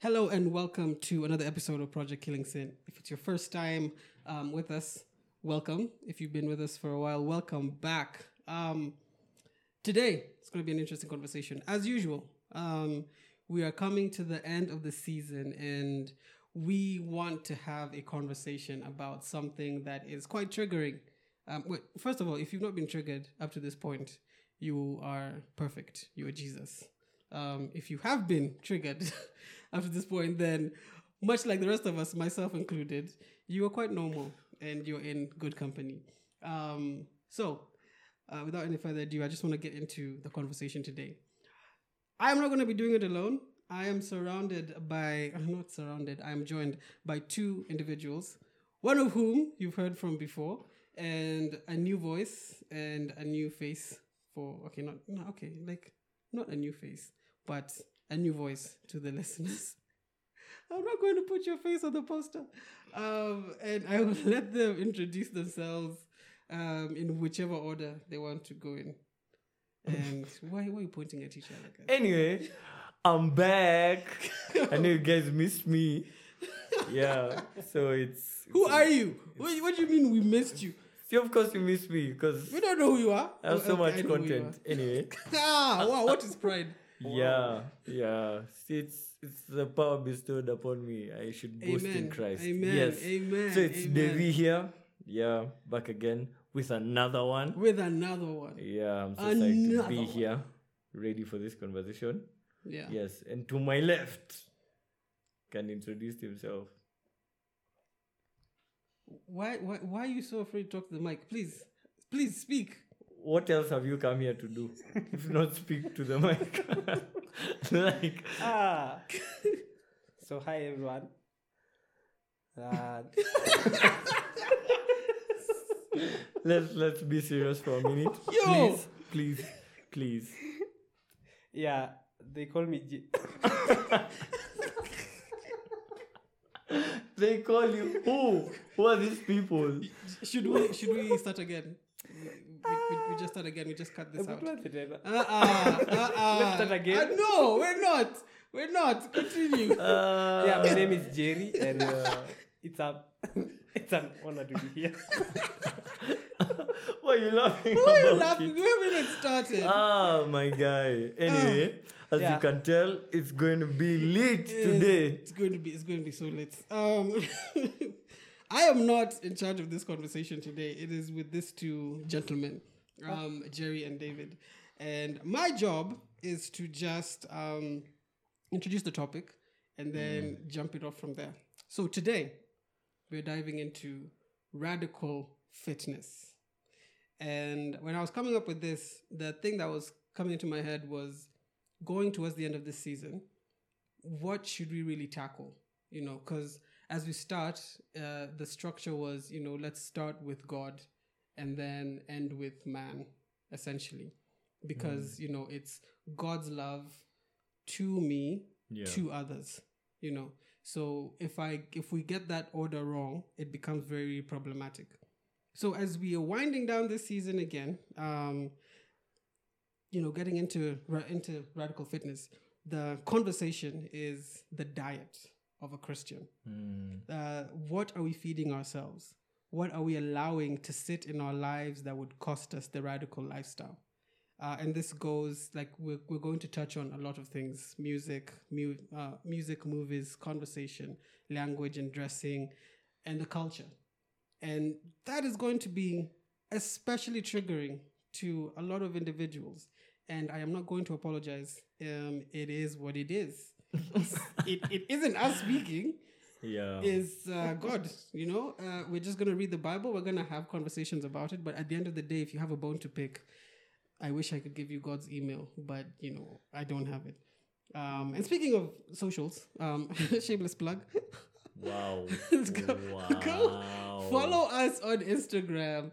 Hello and welcome to another episode of Project Killing Sin. If it's your first time um, with us, welcome. If you've been with us for a while, welcome back. Um, today, it's going to be an interesting conversation. As usual, um, we are coming to the end of the season and we want to have a conversation about something that is quite triggering. Um, wait, first of all, if you've not been triggered up to this point, you are perfect. You are Jesus um, if you have been triggered after this point, then much like the rest of us, myself included, you are quite normal and you're in good company. Um, so, uh, without any further ado, I just want to get into the conversation today. I am not going to be doing it alone. I am surrounded by, I'm not surrounded, I am joined by two individuals, one of whom you've heard from before, and a new voice and a new face for, okay, not, no, okay, like, not a new face, but a new voice to the listeners. I'm not going to put your face on the poster. Um, and I will let them introduce themselves um, in whichever order they want to go in. And why, why are you pointing at each other? guys? Anyway, I'm back. I know you guys missed me. Yeah, so it's. Who are you? What, what do you mean we missed you? See, of course you missed me because We don't know who you are. I have Okay, so I much know who you content. Anyway, are. ah, wow, what is pride? yeah, yeah. See, it's it's the power bestowed upon me. I should boast in Amen. Christ. Amen. Yes. Amen. So it's Amen. Devi here. Yeah, back again with another one. With another one. Yeah, I'm so excited to Another be one. here, ready for this conversation. Yeah. Yes, and to my left can introduce himself. Why, why, why are you so afraid to talk to the mic? Please, please speak. what else have you come here to do if not speak to the mic? like, Ah. so hi everyone. Uh, let's let's be serious for a minute, Yo! please, please, please. yeah, they call me G. They call you who? Who are these people? Should we should we start again? We, we, we- we just start again. We just cut this out. What did I- Uh uh uh Let's start again. no, we're not. We're not. Continue. Uh, yeah, my name is Jerry, and uh, it's a it's an honor to be here. why are you laughing? Why are you about laughing? it? We haven't even started. Oh, Ah, my guy. Anyway, as Ah, Yeah. you can tell, it's going to be lit Yes, today. It's going to be. It's going to be so late. Um, I am not in charge of this conversation today. It is with these two gentlemen, um, Jerry and David, and my job is to just um, introduce the topic and then jump it off from there. So today, we're diving into radical fitness. And when I was coming up with this, the thing that was coming into my head was going towards the end of this season, what should we really tackle? You know, because as we start, uh, the structure was, you know, let's start with God and then end with man, essentially. Because, you know, it's God's love to me, Yeah. to others, you know. So if I if we get that order wrong, it becomes very problematic. So as we are winding down this season again, um, you know, getting into ra- into radical fitness, the conversation is the diet of a Christian. Hmm, Uh, what are we feeding ourselves? What are we allowing to sit in our lives that would cost us the radical lifestyle? Uh, and this goes like we're, we're going to touch on a lot of things music, mu- uh, music, movies, conversation, language and dressing, and the culture. And that is going to be especially triggering to a lot of individuals. And I am not going to apologize. Um, it is what it is. it, it isn't us speaking, Yeah. is uh, God. You know, uh, we're just going to read the Bible. We're going to have conversations about it. But at the end of the day, if you have a bone to pick, I wish I could give you God's email, but you know, I don't have it. Um, and speaking of socials, um, shameless plug. Wow. go, go Wow. follow us on Instagram.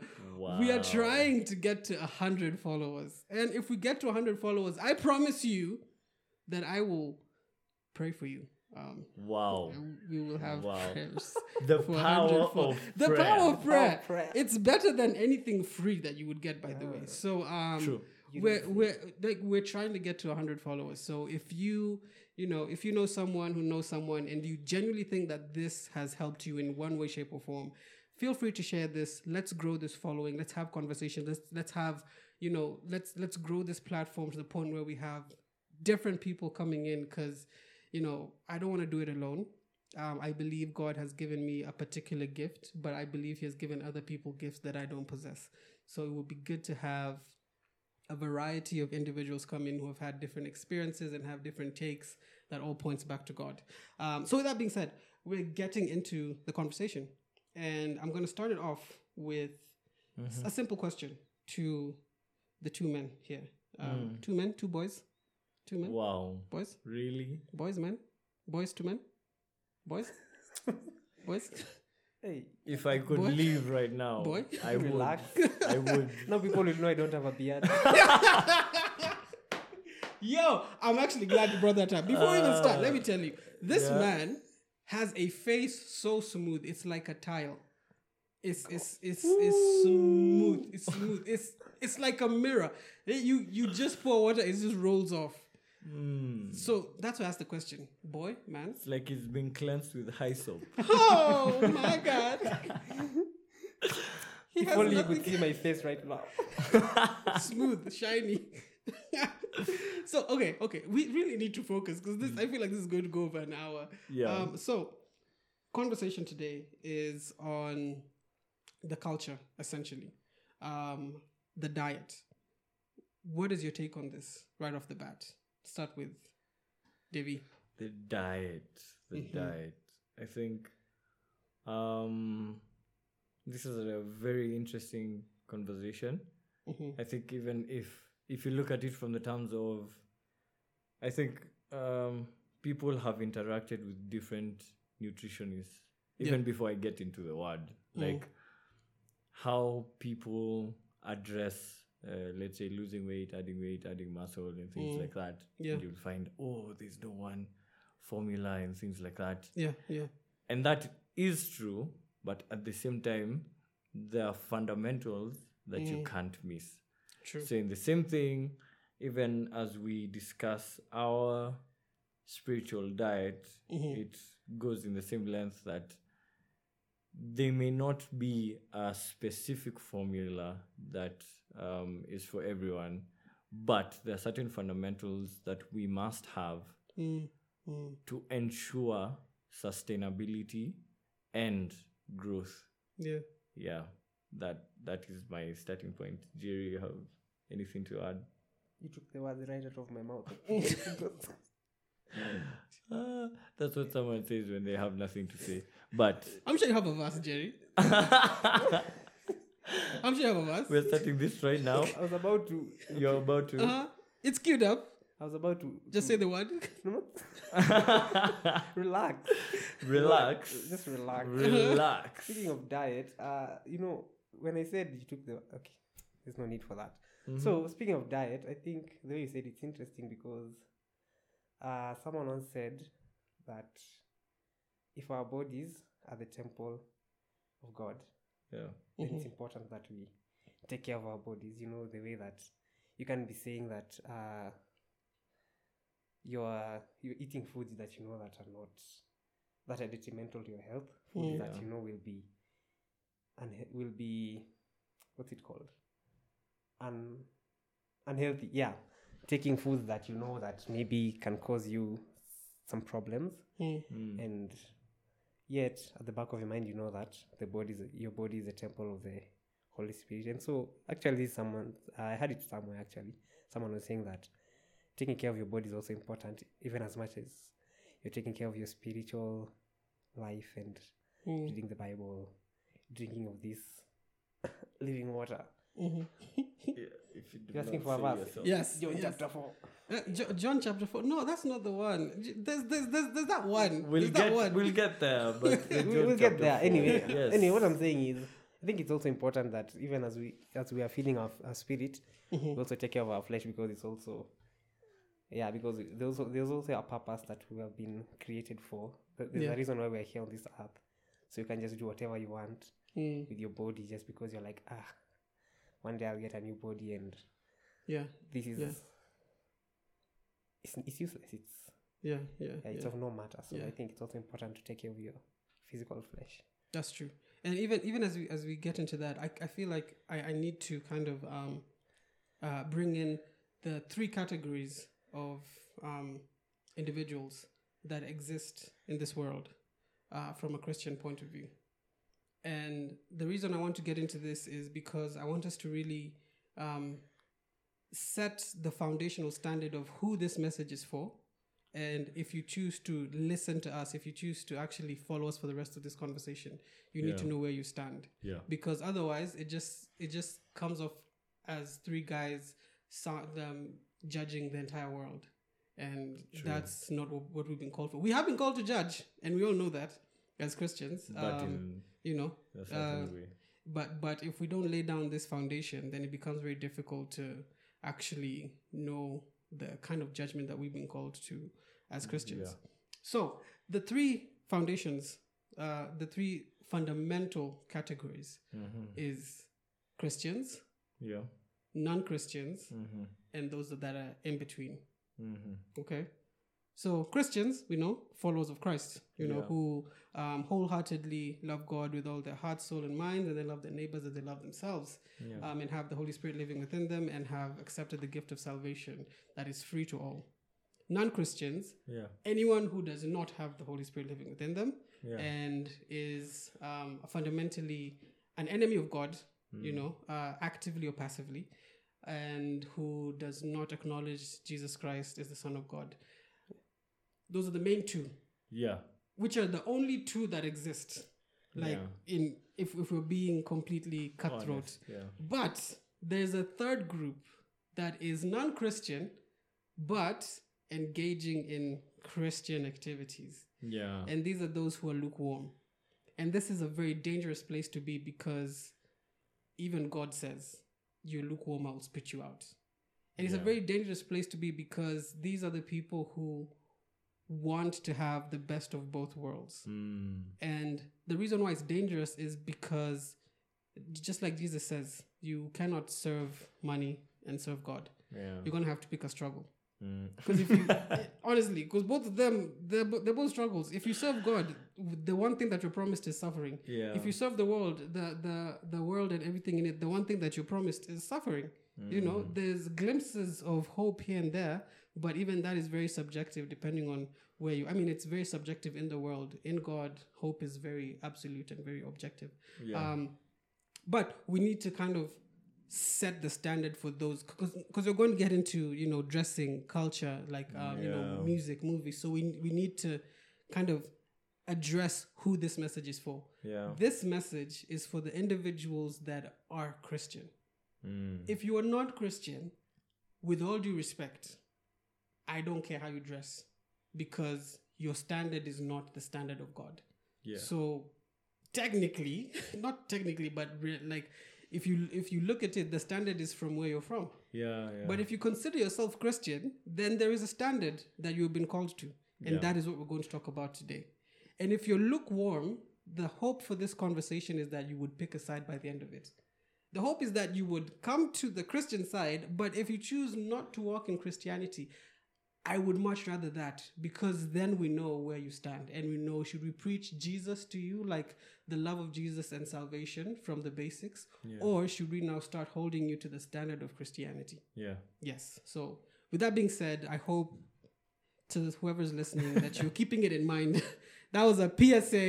We are Wow. trying to get to 100 followers. And if we get to 100 followers, I promise you that I will pray for you. Um, Wow. we will have Wow. prayers. The for power 100 fo- of the prayer. power of prayer. prayer. It's better than anything free that you would get, by the way. So um, True. You we're guys- we're like we're trying to get to 100 followers so if you you know if you know someone who knows someone and you genuinely think that this has helped you in one way shape or form feel free to share this let's grow this following let's have conversations let's let's have you know let's let's grow this platform to the point where we have different people coming in because you know i don't want to do it alone um, i believe god has given me a particular gift but i believe he has given other people gifts that i don't possess so it would be good to have a variety of individuals come in who have had different experiences and have different takes that all points back to God. Um, so with that being said, we're getting into the conversation, and I'm going to start it off with s- a simple question to the two men here. Um, Two men, two boys, two men, Wow. boys, Really? boys, men, boys, two men, boys, boys, Hey, If I could Boy. leave right now, Boy. I would. relax. I would. now people will know I don't have a beard. Yo, I'm actually glad you brought that up. Before we even start, let me tell you, this yeah. man has a face so smooth, it's like a tile. It's it's it's it's smooth. It's smooth. It's it's like a mirror. Eh, You you just pour water, it just rolls off. Mm. So that's why I asked the question. Boy, man. It's like it's been cleansed with hyssop. Oh my god. he if has only you nothing- could see my face right now. smooth, shiny. so okay, okay, we really need to focus because this I feel like this is going to go over an hour. Yeah. Um, so conversation today is on the culture essentially, um, the diet. What is your take on this right off the bat? Start with Devi. the diet the Mhm. diet i think um this is a very interesting conversation Mhm. i think even if if you look at it from the terms of i think um people have interacted with different nutritionists Yeah. Mm-hmm. even before i get into the word like how people address uh, let's say losing weight adding weight adding muscle and things Mm. like that Yeah. and you'll find oh there's no one formula and things like that Yeah, yeah, and that is true but at the same time there are fundamentals that you can't miss true. so in the same thing even as we discuss our spiritual diet Mhm. it goes in the same length that there may not be a specific formula that um, is for everyone, but there are certain fundamentals that we must have Mm, mm, to ensure sustainability and growth. yeah. Yeah, that that is my starting point. Jerry, you have anything to add? You took the words right out of my mouth. Ah, that's what someone says when they have nothing to say. But I'm sure you have a verse, Jerry. I'm sure you have a verse. we're starting this right now. I was about to. You're about to. Uh-huh. It's queued up. I was about to. Just say to, the word. relax. relax. Just relax. Relax. Speaking of diet, uh, you know, when I said you took the okay, there's no need for that. Mm-hmm. So speaking of diet, I think the way you said it's interesting because uh, someone once said that if our bodies are the temple of God, yeah. then Mm-hmm. it's important that we take care of our bodies. You know, the way that you can be saying that uh, you're you're eating foods that you know that are not that are detrimental to your health, foods Yeah. that you know will be and will be what's it called un unhealthy. Yeah, taking foods that you know that maybe can cause you some problems Mm. Mm. and yet at the back of your mind you know that the body is your body is a temple of the holy spirit and so actually someone i heard it somewhere actually someone was saying that taking care of your body is also important even as much as you're taking care of your spiritual life and Mm. reading the bible drinking of this living water Mhm. Yeah, if you do You're asking not for a say verse. yourself. Yes. John yes. chapter 4 Uh, Jo- John chapter 4. No, that's not the one. J- There's, there's, there's, there's that one. We'll there's that get one. we'll get there, but the we, John will get chapter there four, anyway. Yes. Anyway, what I'm saying is, I think it's also important that even as we as we are feeding our, our spirit, we also take care of our flesh because it's also, yeah, because there's also, there's also a purpose that we have been created for. Th- There's Yeah. a reason why we're here on this earth, so you can just do whatever you want Mm. with your body just because you're like ah, one day I'll get a new body and Yeah. This is Yeah. it's, it's useless. It's Yeah. Yeah. yeah, it's yeah. of no matter. So Yeah. I think it's also important to take care of your physical flesh. That's true. And even even as we as we get into that, I, I feel like I, I need to kind of um, uh, bring in the three categories of um, individuals that exist in this world uh, from a Christian point of view. And the reason I want to get into this is because I want us to really um, set the foundational standard of who this message is for. And if you choose to listen to us, if you choose to actually follow us for the rest of this conversation, you need Yeah. to know where you stand Yeah. because otherwise it just it just comes off as three guys so, um, judging the entire world and True. that's not wh- what we've been called for we have been called to judge and we all know that as christians That um, in you know a uh, certain way. but but if we don't lay down this foundation then it becomes very difficult to actually know the kind of judgment that we've been called to as christians Mm, Yeah. so the three foundations uh, the three fundamental categories Mhm. is Christians, Yeah. non Christians, Mm-hmm. and those that are in between. Mm-hmm. Okay. So Christians, we know, followers of Christ, you know, Yeah. who um, wholeheartedly love God with all their heart, soul, and mind, and they love their neighbors as they love themselves, Yeah. um, and have the Holy Spirit living within them, and have accepted the gift of salvation that is free to all. Non Christians, yeah. anyone who does not have the Holy Spirit living within them, Yeah. and is um, fundamentally an enemy of God, Hmm. you know, uh, actively or passively, and who does not acknowledge Jesus Christ as the Son of God. Those are the main two, yeah. which are the only two that exist. Like in if, if we're being completely cutthroat, Honest, Oh, Yeah. but there's a third group that is non Christian but engaging in Christian activities Yeah. and these are those who are lukewarm. And this is a very dangerous place to be because even God says, You're lukewarm, I will spit you out. And it's a Yeah. very dangerous place to be because these are the people who want to have the best of both worlds. Mm. And the reason why it's dangerous is because, just like Jesus says, you cannot serve money and serve God. Yeah. You're going to have to pick a struggle. Mm. Because if you honestly, because both of them, they're, bo- they're both struggles. If you serve God, the one thing that you're promised is suffering. Yeah. If you serve the world, the the the world and everything in it, the one thing that you're promised is suffering. You know, there's glimpses of hope here and there, but even that is very subjective, depending on where you. I mean, it's very subjective in the world. In God, hope is very absolute and very objective. yeah. Um, but we need to kind of set the standard for those because we're going to get into you know dressing culture like um, you know Yeah. music movies so we, we need to kind of address who this message is for yeah. this message is for the individuals that are christian Mm. if you are not christian with all due respect i don't care how you dress because your standard is not the standard of god Yeah. so technically, not technically, but re- like if you if you look at it, the standard is from where you're from. yeah. Yeah. But if you consider yourself Christian, then there is a standard that you've been called to, and Yeah. that is what we're going to talk about today. And if you're lukewarm, the hope for this conversation is that you would pick a side by the end of it. The hope is that you would come to the Christian side, but if you choose not to walk in Christianity, I would much rather that because then we know where you stand and we know should we preach Jesus to you, like the love of Jesus and salvation from the basics, Yeah. or should we now start holding you to the standard of Christianity? yeah. Yes. So, with that being said, I hope to whoever's listening that you're keeping it in mind. that was a PSA.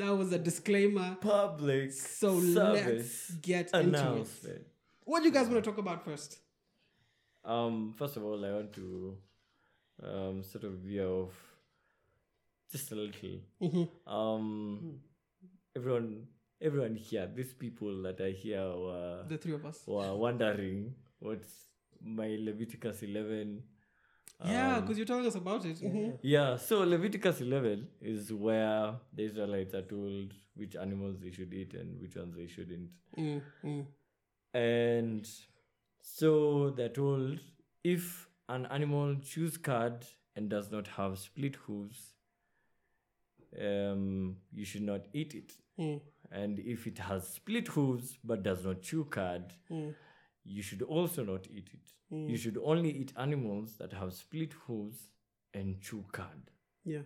That was a disclaimer. Public So service let's get into it. announcement. What do you guys want to talk about first? Um, first of all, I want to um, sort of veer off just a little. Mm-hmm. Hmm. Um, everyone, everyone here, these people that are here uh, were, The three of us. were wondering what's my Leviticus 11. yeah, um, mm-hmm. because you're telling us about it. Mhm. Yeah, so Leviticus 11 is where the Israelites are told which animals they should eat and which ones they shouldn't. Mm, mm. And so they're told if an animal chews cud and does not have split hooves, um, you should not eat it. Mm. And if it has split hooves but does not chew cud, you should also not eat it. You should only eat animals that have split hooves and chew cud. Yeah.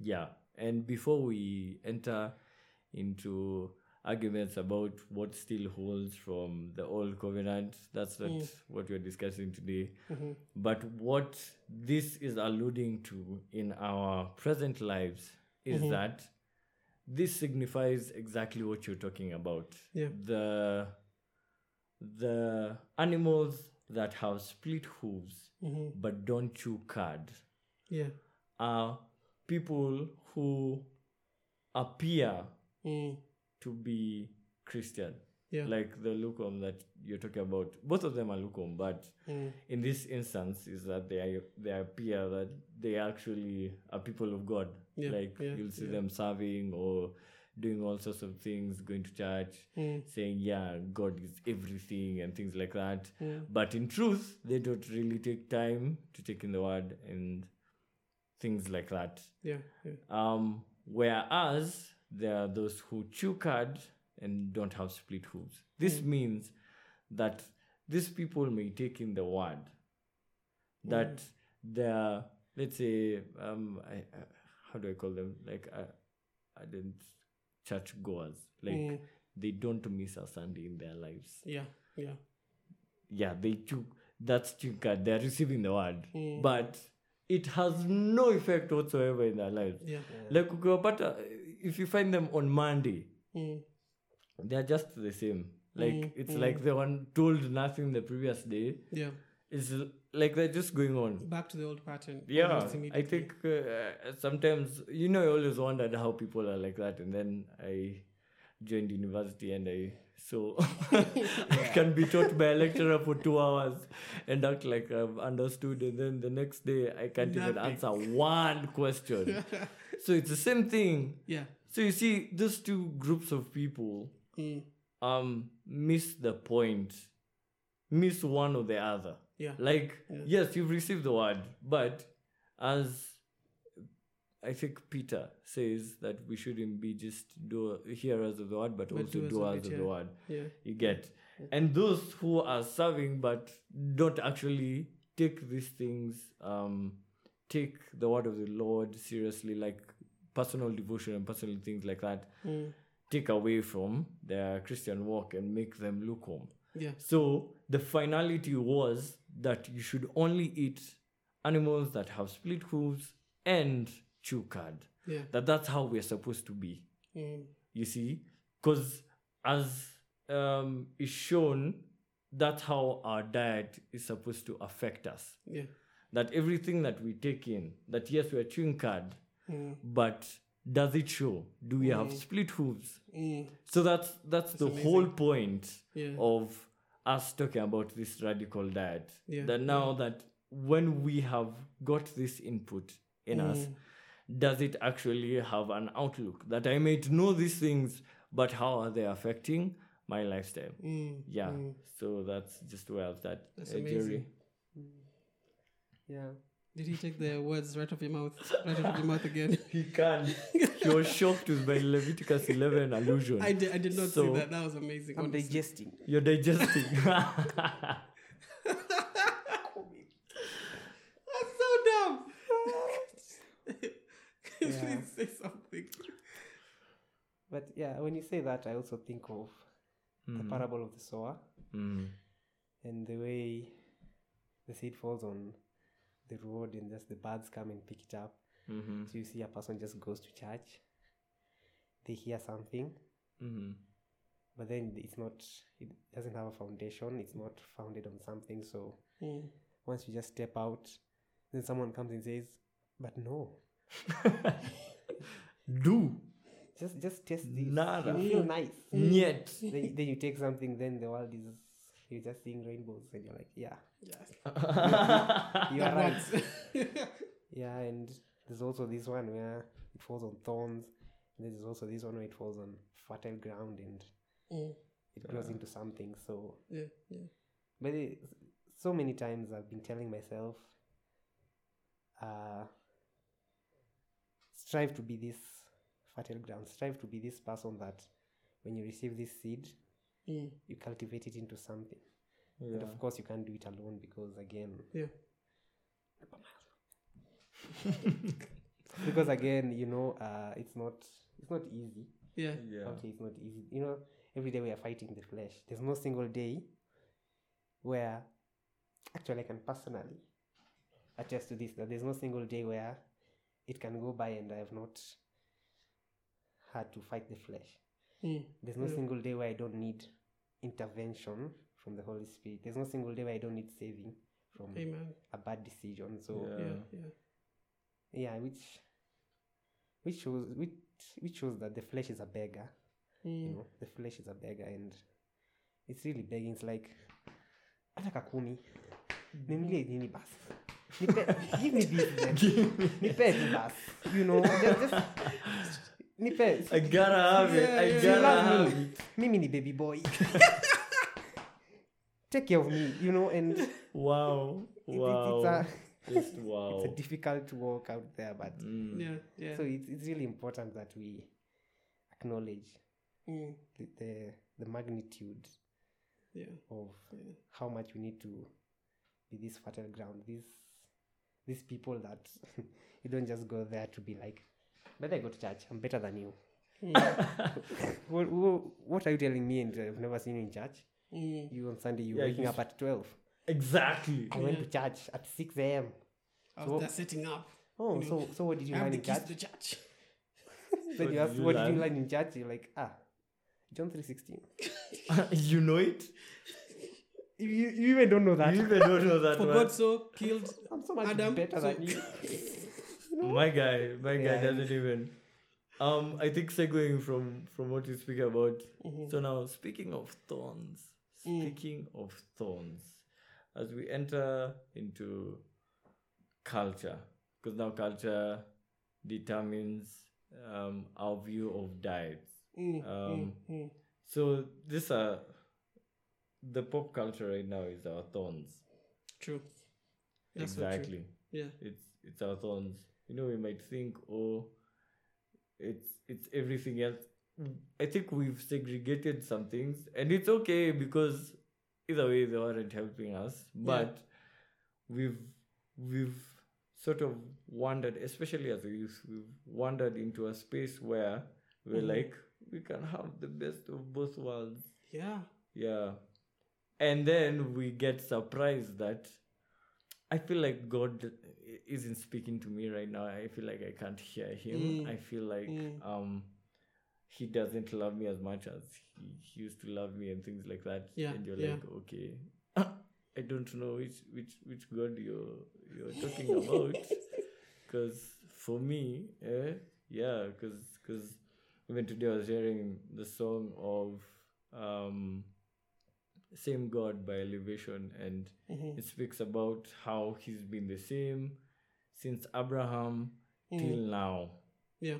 Yeah. And before we enter into arguments about what still holds from the old covenant, that's not what we're discussing today. But what this is alluding to in our present lives is that this signifies exactly what you're talking about. Yeah. The the animals that have split hooves Hmm. but don't chew cud Yeah. are people who appear Mm. to be Christian. Yeah. Like the lukewarm that you're talking about. Both of them are lukewarm, but Mm, in this instance is that they are, they appear that they actually are people of God. Yeah, Like yeah, you'll see yeah. them serving or doing all sorts of things, going to church, Hmm. saying, Yeah, God is everything and things like that. But in truth, they don't really take time to take in the word and things like that. Yeah. Yeah. Um, whereas there are those who chew cud and don't have split hooves. This means that these people may take in the word that they're, let's say, um, I, I, how do I call them? Like, I, I didn't church goers. Like, they don't miss a Sunday in their lives Yeah. Yeah. yeah, they took that's chew card. They're receiving the word, but it has no effect whatsoever in their lives. Yeah. Like ukiwapata, if you find them on Monday, Mm. they're just the same. Like it's like they were told nothing the previous day. Yeah. It's l- like they're just going on. Back to the old pattern. Yeah, Almost I immediately. think uh, uh, sometimes you know I always wondered how people are like that, and then I joined university and I so I can be taught by a lecturer for two hours and act like I've understood, and then the next day I can't even Nothing. answer one question. so it's the same thing. Yeah. So you see, those two groups of people Mm. um miss the point, miss one or the other. Yeah. Like, yes, you've received the word, but as I think Peter says that we shouldn't be just do hearers of the word, but, also doers of doers it, of yeah. the word. Yeah. You get. And those who are serving but don't actually take these things, um, take the word of the Lord seriously, like personal devotion and personal things like that, mm, take away from their Christian walk and make them lukewarm. Yeah. So the finality was that you should only eat animals that have split hooves and chew cud. Yeah. That that's how we're supposed to be. Mm. You see, because as um, is shown, that's how our diet is supposed to affect us. Yeah. That everything that we take in, that yes, we're chewing cud, but does it show? Do we have split hooves? Mm. So that's that's, the whole point Yeah. of us talking about this radical diet. Yeah, That now that when we have got this input in us, Mm. does it actually have an outlook that I might know these things, but how are they affecting my lifestyle? Mm. Yeah. So that's just where I was at. That's eh, Jerry. amazing. Yeah. Did he take the words right off your mouth? Right off your mouth again? He can. he was shocked with my Leviticus 11 allusion. I did. I did not see So- that. That was amazing. I'm honestly. digesting. You're digesting. Mm-hmm. That's so dumb. Yeah. Please say something. But yeah, when you say that, I also think of Hmm. the parable of the sower Mm. and the way the seed falls on the road and just the birds come and pick it up. Mm-hmm. So you see a person just goes to church, they hear something, Mm-hmm. but then it's not, it doesn't have a foundation, it's not founded on something. So Mm. once you just step out, then someone comes and says, But no, Do. just just test this. Nada. You feel nice. Yet. then, then you take something, then the world is, you're just seeing rainbows, and you're like, Yeah, Yes. you are right. Right. Yeah, and there's also this one where it falls on thorns. And there's also this one where it falls on fertile ground and Mm. it grows into something. So, Yeah. Yeah. but it, so many times I've been telling myself, uh, strive to be this fertile ground. Strive to be this person that when you receive this seed, Mm. you cultivate it into something. Yeah. And of course, you can't do it alone because again, Yeah. because again, you know, uh, it's not it's not easy. Yeah. yeah. Okay, it's not easy. You know, every day we are fighting the flesh. There's no single day where actually I can personally attest to this that there's no single day where it can go by and I have not had to fight the flesh. Mm. There's no Yeah. single day where I don't need intervention from the Holy Spirit. There's no single day where I don't need saving from Amen. a bad decision. So Yeah. Yeah. Yeah. yeah, which which shows which which shows that the flesh is a beggar. You Mm. know, the flesh is a beggar and it's really begging. It's like hata kakumi ninulie nini basi Mm. Nipe- give me this then. nipe tu basi you know just, just nipe I gotta have it. I Yeah, you gotta love have me. it. Mimi ni baby boy. Take care of me, you know, and it, Wow. it- Wow. it's, Just a, wow. it's a difficult walk out there, but Mm. Yeah. Yeah. so it's, it's really important that we acknowledge Mm. the, the the magnitude Yeah. of Yeah. how much we need to be this fertile ground, these these people that you don't just go there to be like, better go to church. I'm better than you. Mm. What, what, what are you telling me? And uh, I've never seen you in church. Mm. You on Sunday, you're Yeah, waking you up at 12. Exactly. I went Yeah. to church at 6 a.m. I So- was there setting up. Oh, Yeah. so so what did you I have learn the in keys church? to the church. Then What you did ask, you what did you learn? learn in church? You're like, ah, John 3.16. you know it. You, you, you even don't know that. You even don't know that For one. God so killed. I'm so much Adam, better so- than you. My guy, my Yeah. guy doesn't even. Um, I think segueing from from what you speak about. Mhm. So now, speaking of thorns, Mm. speaking of thorns, as we enter into culture, because now culture determines um, our view of diets. Mm, Um, mm, So this are the pop culture right now is our thorns. True. That's so true. exactly. Yeah. it's it's our thorns. You know, we might think, oh, it's it's everything else. I think we've segregated some things, and it's okay because either way they weren't helping us. But we've we've sort of wandered, especially as a youth, we've wandered into a space where we're Mhm. like, we can have the best of both worlds. Yeah. Yeah. And then we get surprised that I feel like God isn't speaking to me right now. I feel like I can't hear him. Mm. I feel like Mm. um he doesn't love me as much as he, he used to love me and things like that. Yeah, And you're yeah. like, okay. I don't know which which which God you're you're talking about. Cause for me, eh, yeah, cause 'cause even today I was hearing the song of um, Same God by Elevation, and Mhm. it speaks about how he's been the same since Abraham till Mm. now. Yeah.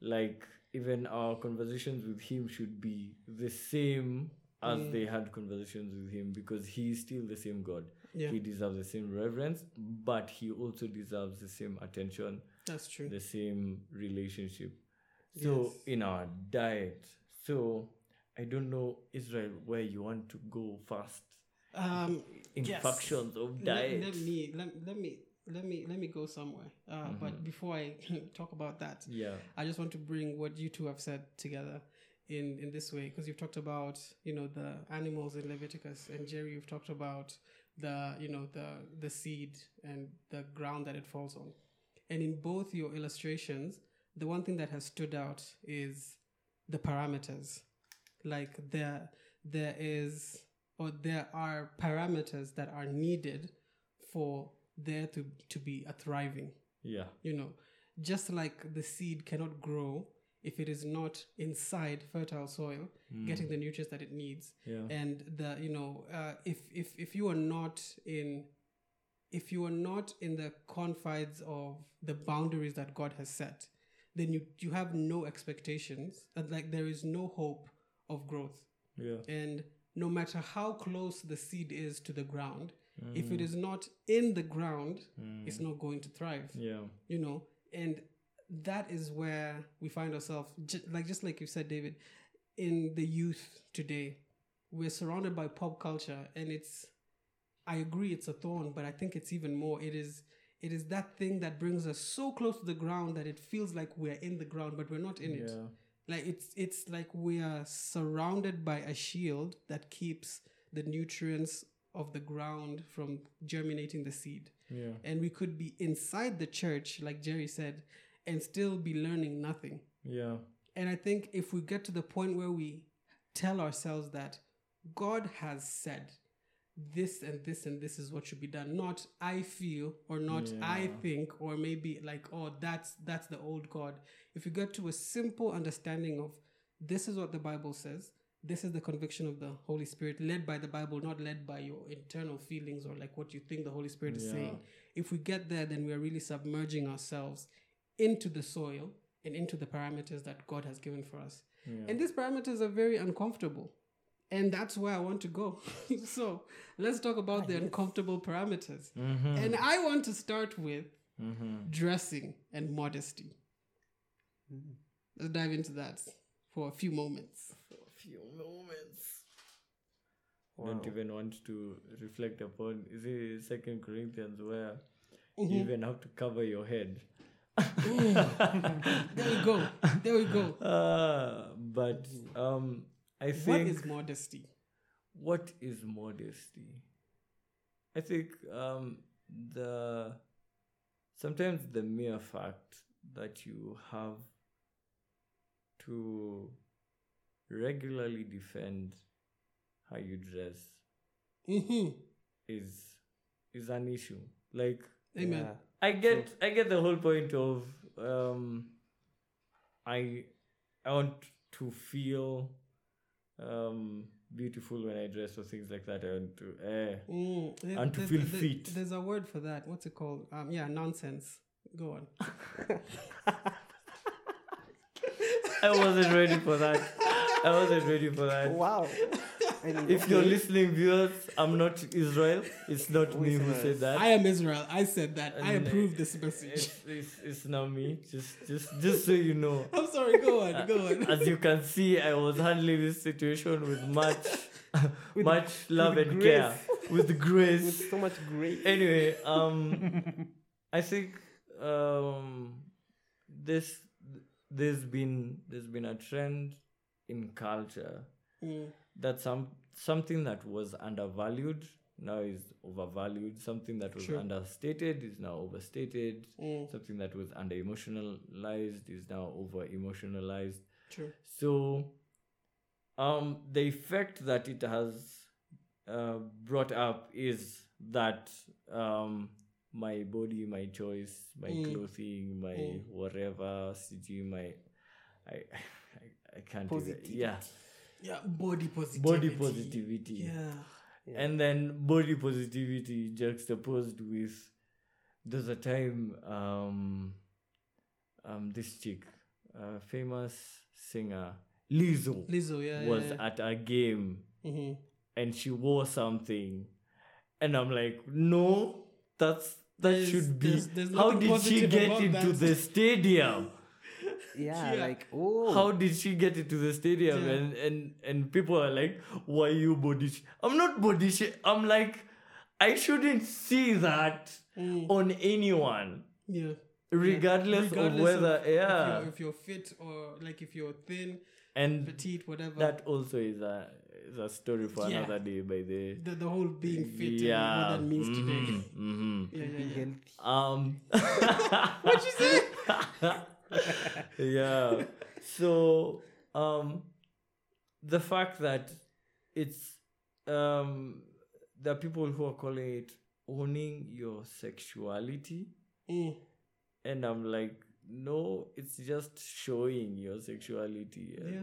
Like, even our conversations with him should be the same as Mm. they had conversations with him because he's still the same God. Yeah. He deserves the same reverence, but he also deserves the same attention That's true. the same relationship. So Yes. in our diet, so I don't know Israel where you want to go first Um, in Yes. factions of diet. let, let me let, let me let me let me go somewhere. Uh, But before I talk about that, yeah, I just want to bring what you two have said together in in this way because you've talked about you know the animals in Leviticus and Jerry, you've talked about the you know the the seed and the ground that it falls on, and in both your illustrations, the one thing that has stood out is the parameters, like there there is or there are parameters that are needed for there to to be a thriving yeah, you know just like the seed cannot grow if it is not inside fertile soil getting the nutrients that it needs yeah, and the you know uh, if if if you are not in if you are not in the confines of the boundaries that god has set then you you have no expectations and like there is no hope of growth yeah, and no matter how close the seed is to the ground if Hmm. it is not in the ground it's not going to thrive Mm. yeah, you know and that is where we find ourselves ju- like just like you said david in the youth today we're surrounded by pop culture and it's I agree it's a thorn, but I think it's even more. It is it is that thing that brings us so close to the ground that it feels like we're in the ground, but we're not in it. Yeah. Like it's it's like we are surrounded by a shield that keeps the nutrients of the ground from germinating the seed. Yeah. And we could be inside the church, like Jerry said, and still be learning nothing. Yeah. And I think if we get to the point where we tell ourselves that God has said this and this and this is what should be done, not I feel or not I Yeah. think or maybe like oh that's that's the old God. If you get to a simple understanding of this is what the Bible says, this is the conviction of the Holy Spirit led by the Bible, not led by your internal feelings or like what you think the Holy Spirit is Yeah. saying. If we get there, then we are really submerging ourselves into the soil and into the parameters that God has given for us. Yeah. And these parameters are very uncomfortable. And that's where I want to go. so let's talk about the uncomfortable parameters. mm-hmm. And I want to start with mm-hmm. dressing and modesty. Mm. Let's dive into that for a few moments. A few moments. Wow. Don't even want to reflect upon. Is it Second Corinthians where you Mhm. even have to cover your head? Mm. There we go. There we go. Uh, but um, I think What is modesty? what is modesty i think um the sometimes the mere fact that you have to regularly defend how you dress hmm is is an issue like Amen. Yeah. I get I get the whole point of um I I want to feel um beautiful when I dress or things like that. I want to eh Mm, there- And to there's- feel there- fit. There's a word for that. What's it called? Um, yeah, nonsense. Go on. I wasn't ready for that. I wasn't ready for that. Wow. I mean, If you're okay. listening viewers, I'm not Israel. It's not me who said that. I am Israel. I said that. I And, uh, approve this message. it's, it's, it's not me. Just just just so you know. I'm sorry. Go on. Go on. As you can see, I was handling this situation with much, With- much love with and grace. care, with grace. with so much grace. anyway, um, I think um, this there's been there's been a trend in culture Mm, that some something that was undervalued now is overvalued. Something that was True. understated is now overstated. mm, Something that was under emotionalized is now over emotionalized. true. So, um, the effect that it has uh, brought up is that um, my body, my choice, my Mm. clothing, my Mm. whatever, CG, my I, I, I can't even, Positivity. yeah, Yeah, body positivity. body positivity, Yeah. Yeah. and then body positivity juxtaposed with there's a time um, um, this chick, a famous singer, Lizzo Lizzo. Yeah. was yeah, at a game yeah. Mhm. and she wore something and i'm like no that's that There's- should be there's- there's how nothing did she positive get about into that. the stadium yeah, Yeah. like oh, how did she get into the stadium Yeah. and and and people are like why you body sh-? i'm not body sh-. i'm like i shouldn't see that Mm, on anyone yeah. regardless, of Regardless whether if yeah you're- If you're, fit or like if you're thin, and petite, whatever. that also is a is a story for Yeah. another day by the the, the whole being fit yeah and what that means today. mhm, mhm. Yeah, be yeah, yeah. Um, healthy. What'd you say? yeah. So, um, the fact that it's um, the people who are calling it owning your sexuality, Mm, and I'm like, no, it's just showing your sexuality. yeah.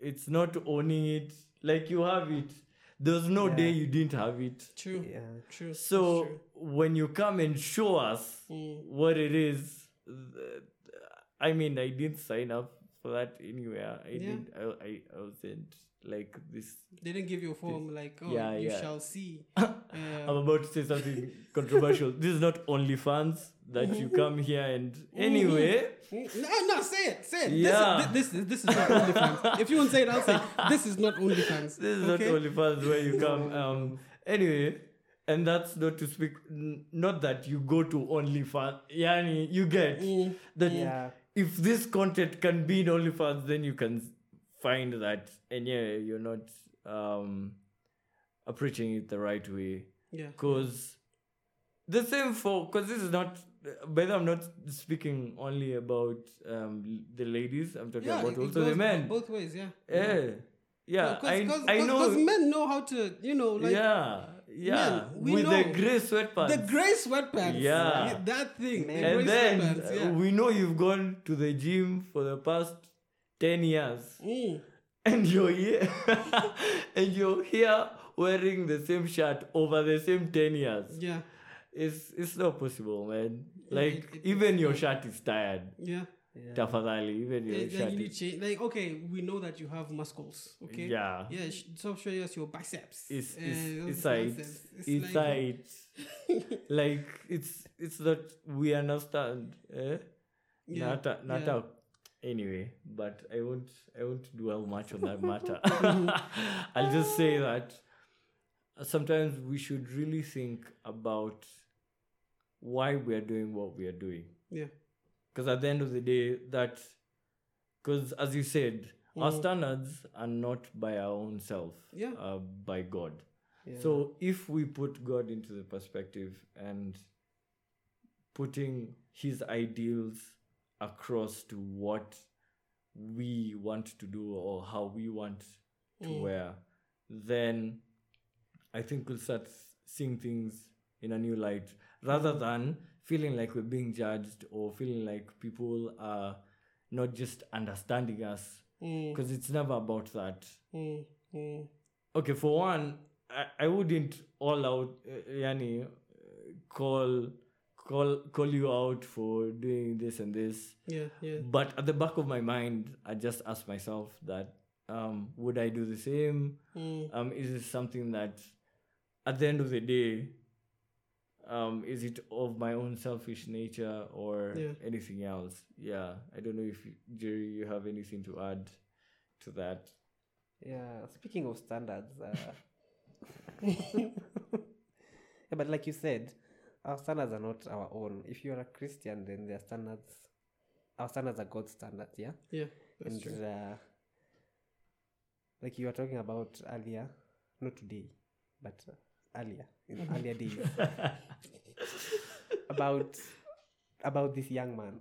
It's not owning it. Like you have it. There's no Yeah. day you didn't have it. True. Yeah. True. that's So true. when you come and show us Mm. what it is, th- I mean, I didn't sign up for that anywhere. I Yeah. didn't. I, I, I wasn't like this. They didn't give you a form like, oh, Yeah, you yeah. shall see. I'm Um, about to say something controversial. This is not OnlyFans that you come here and anyway. no, no, say it, say it. Yeah. This, is- thi- this, is, this is not OnlyFans. if you want to say it, I'll say it. this is not OnlyFans. This is okay? not OnlyFans where you come. Um. Anyway, and that's not to speak n- not that you go to OnlyFans. Yani, you get Mm. that yeah if this content can be in OnlyFans, then you can find that, and yeah, you're not um, approaching it the right way. Yeah. Cause the same for because this is not. By the way, I'm not speaking only about um, the ladies. I'm talking Yeah, about it also goes the men. Both ways, yeah. yeah, yeah. I, I know. Because men know how to, you know, like yeah, yeah. men, we With the know. gray sweatpants. the grey sweatpants. Yeah. That thing. And the grey and then sweatpants, uh, yeah. we know you've gone to the gym for the past 10 years Mm. and you're here and you're here wearing the same shirt over the same 10 years Yeah. it's it's not possible man It- like it- it- even your shirt is tired Yeah. yeah. tafadhali even your Like, shirt you need is, change. Like, okay, we know that you have muscles. Okay. yeah Yeah. sh- Stop showing us your biceps. it's Uh, it's it's that's tight nonsense. It's it's like- tight like it's it's that we understand eh? Yeah, Nata, yeah. nata. uh, Anyway, but I won't I won't dwell much on that matter. I'll just say that sometimes we should really think about why we are doing what we are doing. Yeah. Because at the end of the day, that because as you said, our Mm. standards are not by our own self, Yeah. uh, by God. yeah. So if we put God into the perspective and putting his ideals across to what we want to do or how we want to Mm. wear, then I think we'll start seeing things in a new light rather than feeling like we're being judged or feeling like people are not just understanding us Mm, because it's never about that mm, mm. okay for one i, I wouldn't all out uh, yani uh, call call call you out for doing this and this Yeah. Yeah. but at the back of my mind i just ask myself that um would i do the same Mm, um is it something that at the end of the day um is it of my own selfish nature or Yeah. anything else yeah i don't know if you- jerry you have anything to add to that Yeah, speaking of standards, uh, yeah, but like you said, our standards are not our own. If you are a Christian, then their standards, our standards are God's standards, yeah. yeah. That's and true. Uh, like you were talking about earlier, not today, but uh, earlier in earlier days Mm. about about this young man,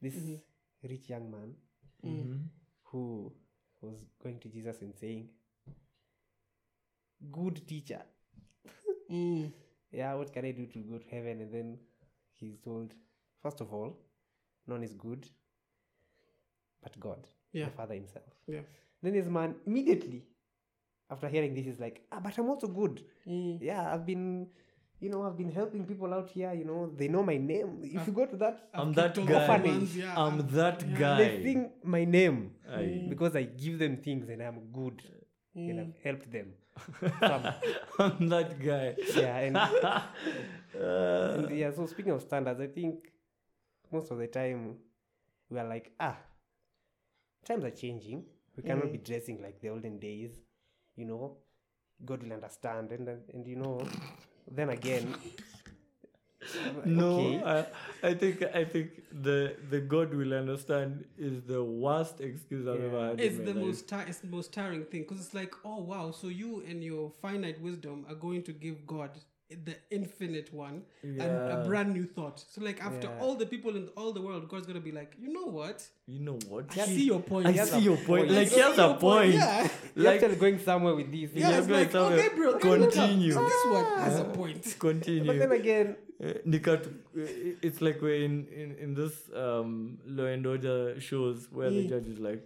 this Mhm. rich young man Mm-hmm. Mm. who was going to Jesus and saying, Good teacher, Mm. yeah, what can I do to go to heaven? And then he's told, First of all, none is good but God, Yeah. the Father Himself. Yeah. Then this man immediately after hearing this is like, Ah, but I'm also good. Mm. Yeah, I've been you know, I've been helping people out here, you know, they know my name. If you go to that I've I'm that kicked guy. over ones, yeah, I'm I've- that yeah. guy. they think my name Aye. because I give them things and I'm good and Mm. I've helped them. Some. I'm that guy. yeah, and Uh, And yeah, so speaking of standards, I think most of the time we are like, ah, times are changing. We cannot Mm. be dressing like the olden days, you know. God will understand, and and, and you know, then again, no, okay. I, I think I think the the God will understand is the worst excuse I've ever Yeah. had. in It's my the life. most ti it's the most tiring thing because it's like, oh wow, so you and your finite wisdom are going to give God the infinite one and Yeah. a brand new thought. So like after Yeah. all the people in all the world, God's gonna be like, you know what? You know what? I see your point. I Yeah. has see a your point. point. I Like see here's your a point. Yeah. you're Like actually going somewhere with these. Yeah, Yeah, it's but like, it's not oh, a- Gabriel, can you continue. look up? This one has a Ah. point. continue. But then again, Uh, Nikat, uh, it's like we're in, in, in this um, Law and Order shows where the Hmm. Mm. judge is like,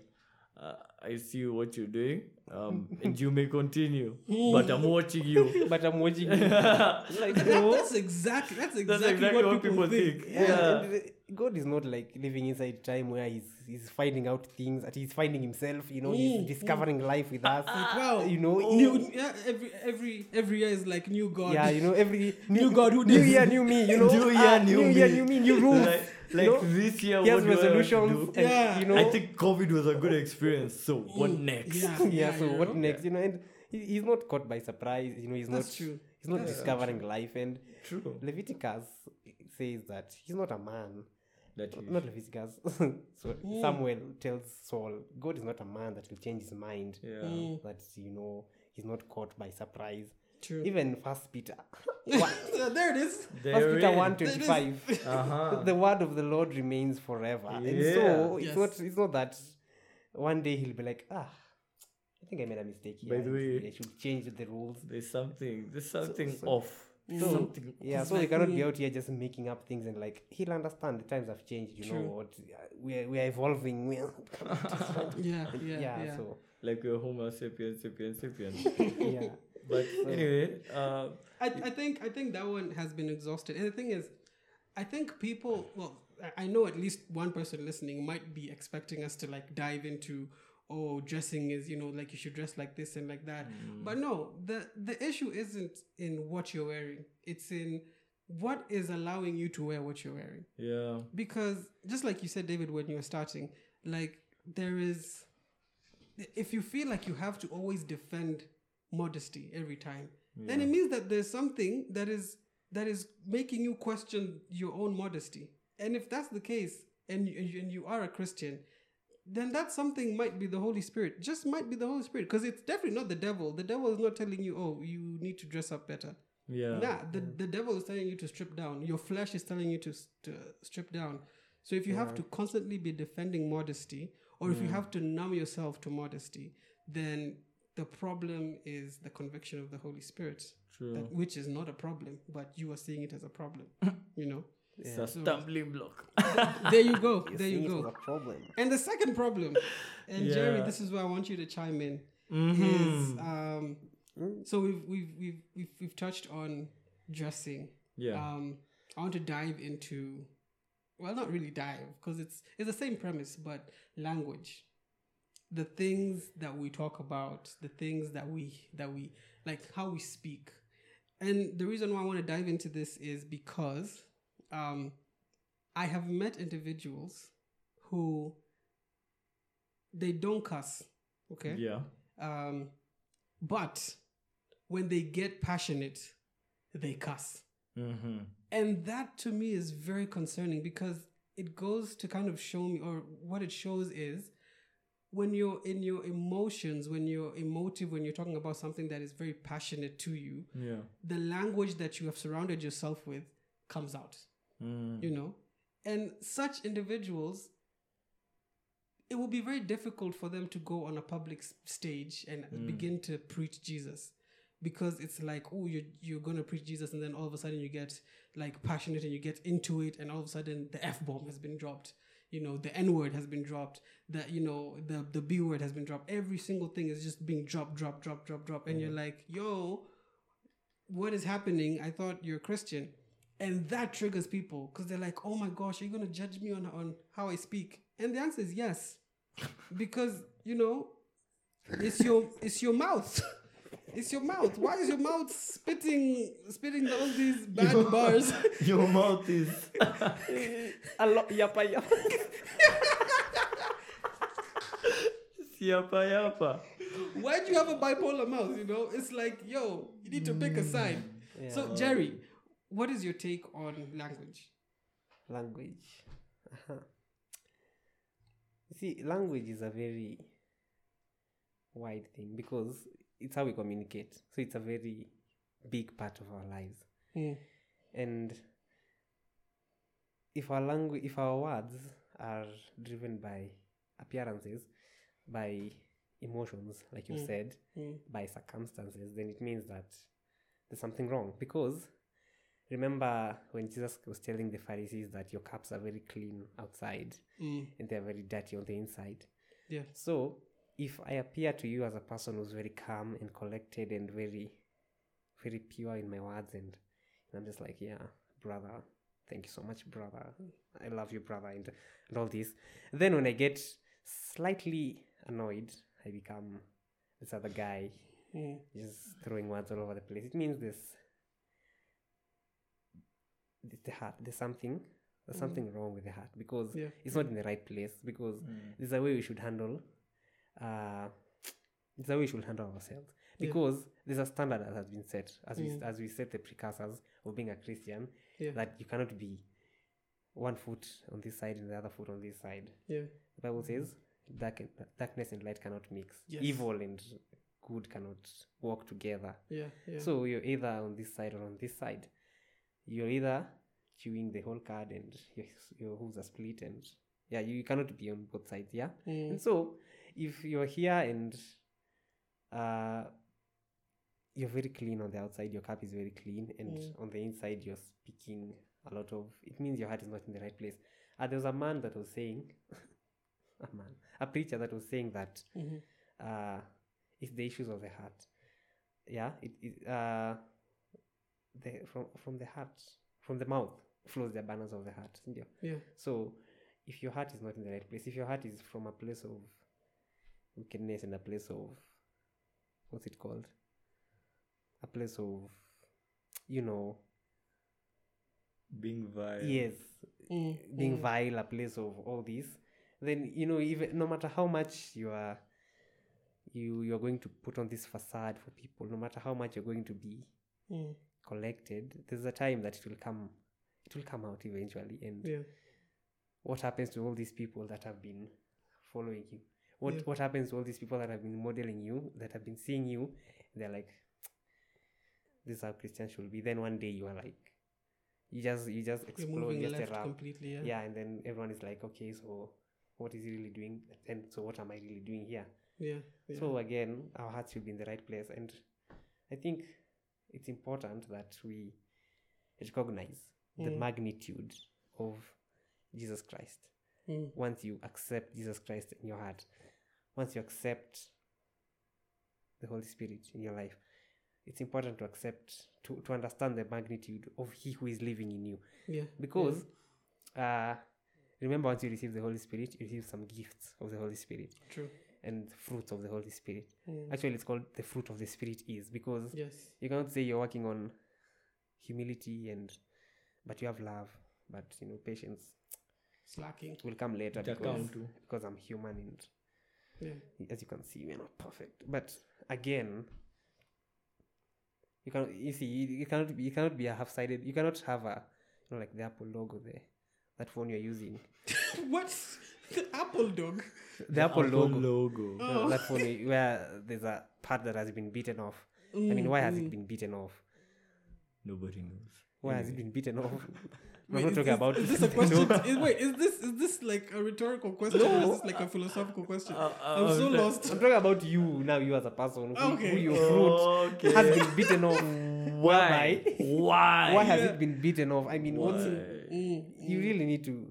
uh, I see what you're doing, um, and you may continue, Hmm. but I'm watching you. but I'm watching. you. That's like, That- no. that's exactly that's exactly, exactly what people think. Yeah, Yeah. and the- God is not like living inside time where he's he's finding out things that he's finding himself. You know, Mm, mm. he's discovering life with us. wow, you know, new yeah, every every every year is like new God. Yeah, you know, every New God who new did- year, new me. You know, New year, Ah, new year, me. new me, new rules. Like, like know, this year, Here's what do I have to resolutions. do? And, Yeah. you know, I think COVID was a good experience, so what next? Yeah. Hmm. yeah. So yeah. what next? You know, and he, he's not caught by surprise. You know, he's That's not. true. He's not Yeah, discovering life. And True. Leviticus says that he's not a man. That Hmm. you Not Leviticus. so Mm. Samuel tells Saul, God is not a man that will change his mind. Yeah. Hmm. Mm, That you know he's not caught by surprise. true. Even First Peter, one, So there it is. First There Peter is. one twenty five. Uh-huh. the word of the Lord remains forever. And so Yeah. it's Yes. not it's not that one day he'll be like, ah, I think I made a mistake here. By the I way- should- I should change the rules. There's something. There's something so- hmm. off. Mm. So- something. Yeah, It's so we like cannot be me. out here just making up things and like he'll understand. The times have changed. You know True. what? We are, we are evolving. We are Yeah, yeah, yeah. yeah, So Like we're Homo sapiens, sapiens, sapiens. yeah, but anyway, uh, I, I think I think that one has been exhausted. And the thing is, I think people well, I- I know at least one person listening might be expecting us to like dive into oh dressing is you know like you should dress like this and like that. But no, the the issue isn't in what you're wearing. It's in what is allowing you to wear what you're wearing. yeah. Because just like you said, David, when you were starting, like there is if you feel like you have to always defend modesty every time, then it means that there's something that is that is making you question your own modesty. And if that's the case, and you, and you- and you are a Christian, then that something might be the Holy Spirit. Just might be the Holy Spirit, because it's definitely not the devil. The devil is not telling you, oh, you need to dress up better. Yeah. Nah, the, the devil is telling you to strip down. Your flesh is telling you to, s- to strip down. So if you have to constantly be defending modesty, or if you have to numb yourself to modesty, then the problem is the conviction of the Holy Spirit, True. that, which is not a problem, but you are seeing it as a problem. you know, It's a stumbling block. there you go, You're there seeing you it as go. a problem. And the second problem, and Jerry, Yeah. this is where I want you to chime in, Mm-hmm. is um, Mm. so we've we've we've we've, we've touched on dressing. yeah. Um, I want to dive into, well, not really dive because it's it's the same premise, but language, the things that we talk about, the things that we that we like how we speak, and the reason why I want to dive into this is because, um, I have met individuals who they don't cuss, okay, Yeah. um, but when they get passionate, they cuss. Mm-hmm. And that to me is very concerning because it goes to kind of show me, or what it shows is when you're in your emotions, when you're emotive, when you're talking about something that is very passionate to you, Yeah. the language that you have surrounded yourself with comes out, Mm. you know? And such individuals, it will be very difficult for them to go on a public s- stage and begin to preach Jesus because it's like oh you're, you're gonna preach jesus and then all of a sudden you get like passionate and you get into it and all of a sudden the f-bomb has been dropped you know the n-word has been dropped that you know the the b-word has been dropped every single thing is just being dropped drop drop drop drop and you're like yo what is happening i thought you're a christian and that triggers people because they're like oh my gosh are you gonna judge me on on how i speak and the answer is yes because you know it's your it's your mouth it's your mouth why is your mouth spitting spitting all these bad bars Your mouth is. A lot, yapa, yapa. Yapa yapa. why do you have a bipolar mouth you know it's like yo you need to pick a side Mm. so jerry what is your take on language language uh-huh. You see language is a very wide thing because it's how we communicate so it's a very big part of our lives and if our language if our words are driven by appearances by emotions like you said Mm. by circumstances then it means that there's something wrong because remember when jesus was telling the pharisees that your cups are very clean outside Mm. and they're very dirty on the inside yeah so if i appear to you as a person who's very calm and collected and very very pure in my words and, and i'm just like yeah brother thank you so much brother i love you brother and, and all this then when i get slightly annoyed i become this other guy Mm. just throwing words all over the place it means this the heart there's something there's something wrong with the heart because Mm. Yeah. Mm. it's not in the right place Mm. because there's a way we should handle uh there's a way we should handle ourselves Yeah. because there's a standard that has been set as Mm. we as we set the precursors of being a Christian Yeah. that you cannot be one foot on this side and the other foot on this side. yeah. The Bible says dark and, darkness and light cannot mix. Mm. Yes. Evil and good cannot walk together. Yeah. Yeah. So you're either on this side or on this side. You're either chewing the whole card and your, your hooves are split and yeah, you, you cannot be on both sides, yeah? Mm. And so if you're here and uh you're very clean on the outside, your cup is very clean, and Mm. on the inside you're speaking a lot of it means your heart is not in the right place. Uh, there was a man that was saying a man, a preacher that was saying that Mhm. uh, it's the issues of the heart. Yeah, it, it uh, the from from the heart, from the mouth flows the abundance of the heart. sindio? Yeah. So, if your heart is not in the right place, if your heart is from a place of wickedness and a place of what's it called, a place of you know Being vile. yes Mm. being Mm. vile, a place of all this, then you know, even no matter how much you are, you you are going to put on this facade for people, no matter how much you're going to be Mm. collected, there's a time that it will come, it will come out eventually. And Yeah. what happens to all these people that have been following you? What Yeah. what happens to all these people that have been modeling you, that have been seeing you? They're like, this is how Christians should be. Then one day you are like. You just you just You're explode moving just left erupt completely. Yeah. yeah and then everyone is like okay so what is he really doing and so what am i really doing here Yeah. yeah. so again our hearts should be in the right place and i think it's important that we recognize the Mm. magnitude of jesus christ Mm. once you accept jesus christ in your heart once you accept the holy spirit in your life it's important to accept to, to understand the magnitude of he who is living in you Yeah. because uh, remember once you receive the holy spirit you receive some gifts of the holy spirit yeah. true. and fruits of the holy spirit Mm. actually it's called the fruit of the spirit is because Yes. you cannot say you're working on humility and but you have love but you know patience Slacking. will come later It because, account to. because i'm human and Yeah. as you can see we're not perfect but again you can you see you you cannot be you cannot be a half-sided you cannot have a you know like the apple logo there that phone you're using What's the Apple dog? the Apple, logo, logo. Oh. uh, that phone i- where there's a part that has been beaten off. I mean, why has Mm-hmm. it been beaten off? Nobody knows. Why has it been beaten off? We're Wait, not is talking this- about Is this a question? is, wait, is this is this like a rhetorical question or is this like a philosophical question? Uh, I'm so lost. I'm talking about you now. You as a person, who, Okay. who your fruit has been beaten off. Why? Why? Why has Yeah. it been beaten off? I mean, what's Why? Mm, you mm. really need to.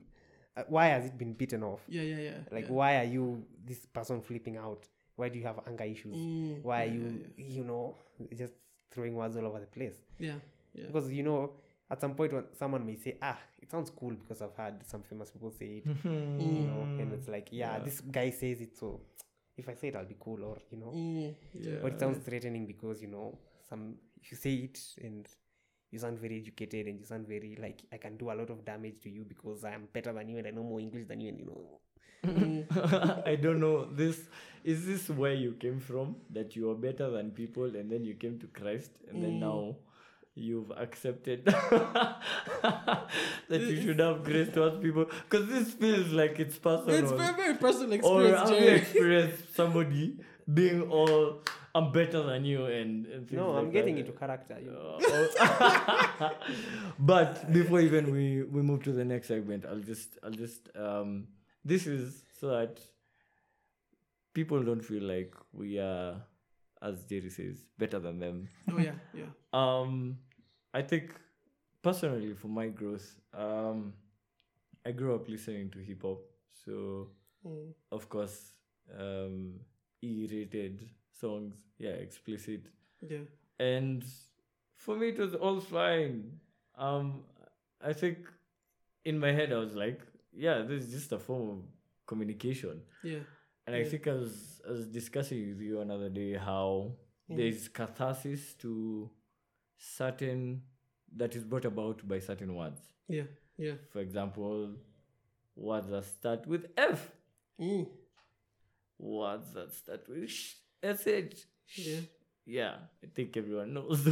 Uh, why has it been beaten off? Yeah, yeah, yeah. Like, yeah. why are you this person flipping out? Why do you have anger issues? Mm, Why are yeah, you, you know, just throwing words all over the place? Yeah, yeah. yeah. because you know at some point when someone may say ah it sounds cool because i've had some famous people say it Hmm. you know and it's like yeah, Yeah. this guy says it so if i say it i'll be cool or you know Mm, Yeah. or it sounds threatening because you know some if you say it and you sound very educated and you sound very like i can do a lot of damage to you because i'm better than you and i know more english than you and you know mm, I don't know. This is this where you came from? That you are better than people, and then you came to Christ, and Mm. then now you've accepted that you should have grace towards people. Because this feels like it's personal. it's very, very personal or uh, experience, have you Jerry. experienced somebody being all I'm better than you and, and things no like i'm getting that. into character you know. Uh, but before even we we move to the next segment i'll just i'll just um this is so that people don't feel like we are as jerry says better than them Oh yeah, yeah. um i think personally for my growth um i grew up listening to hip-hop so Mm, of course um e-rated songs yeah explicit yeah. and for me it was all fine um i think in my head i was like yeah this is just a form of communication Yeah. and i Yeah. think i was i was discussing with you another day how Mm. there's catharsis to certain that is brought about by certain words Yeah. Yeah. for example words that start with f Mm, words that start with sh- sh. yeah. yeah, I think everyone knows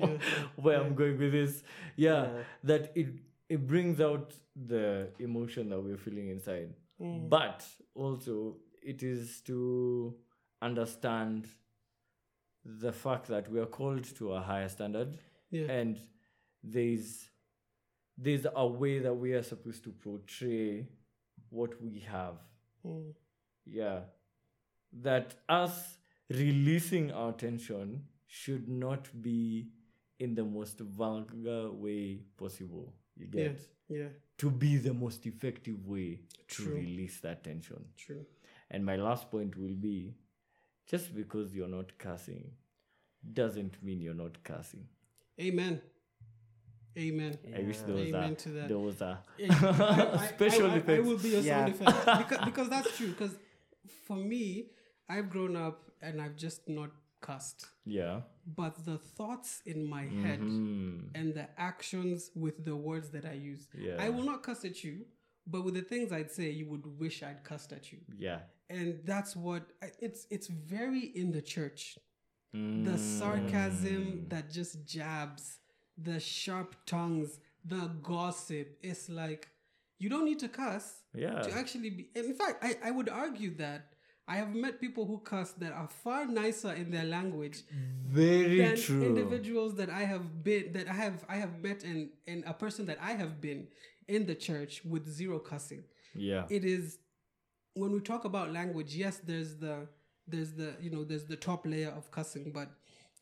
where I'm going with this. Yeah, that it it brings out the emotion that we're feeling inside, but also it is to understand the fact that we are called to a higher standard, Yeah. and there's there's a way that we are supposed to portray what we have Mm. yeah that us releasing our tension should not be in the most vulgar way possible you Yeah. get Yeah. to be the most effective way to True. release that tension True. and my last point will be just because you're not cursing doesn't mean you're not cursing Amen. Amen. i wish there was Amen a to that. there was a Yeah, I- I- special I, I, I effects. will be your Yeah. sound effect because, because that's true. Because for me, I've grown up and I've just not cussed, yeah but the thoughts in my head Mhm. and the actions with the words that I use, Yeah. I will not cuss at you, but with the things I'd say, you would wish I'd cussed at you, yeah and that's what I- it's. It's very in the church Mm. the sarcasm that just jabs, the sharp tongues, the gossip. It's like you don't need to cuss yeah to actually be. In fact, I, I would argue that I have met people who cuss that are far nicer in their language very than true individuals that I have been that I have I have met and and a person that I have been in the church with zero cussing yeah it is when we talk about language yes there's the there's the you know there's the top layer of cussing but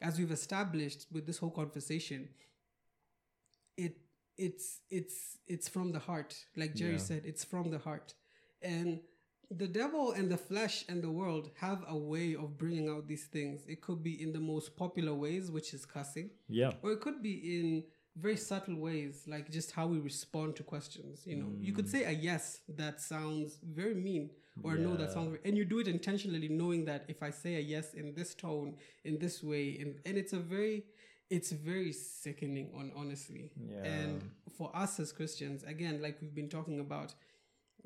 as we've established with this whole conversation it it's it's it's from the heart like jerry Yeah. said it's from the heart and the devil and the flesh and the world have a way of bringing out these things it could be in the most popular ways which is cussing yeah or it could be in very subtle ways like just how we respond to questions you know you Mm. could say a yes that sounds very mean or a no that sounds and you do it intentionally knowing that if i say a yes in this tone in this way and and it's a very it's very sickening on honestly Yeah. and for us as christians again like we've been talking about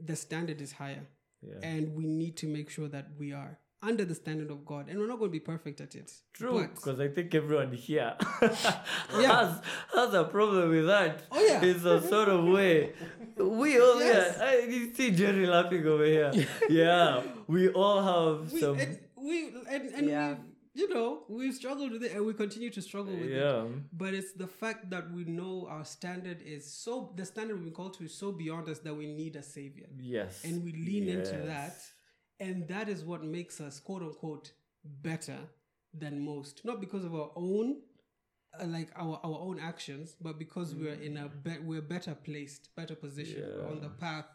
the standard is higher Yeah. and we need to make sure that we are under the standard of god and we're not going to be perfect at it True, but- because I think everyone here has has a problem with that. Oh, yeah. it's a sort of way we all Yes. yeah. I you see Jerry laughing over here. yeah, we all have we, some. and we and, and Yeah. we you know we've struggled with it and we continue to struggle with it yeah, but it's the fact that we know our standard is so the standard we've been called to is so beyond us that we need a savior yes, and we lean into that Yes. and that is what makes us quote unquote better than most not because of our own uh, like our, our own actions but because we're in Mm. a bet we're better placed better position we're on the path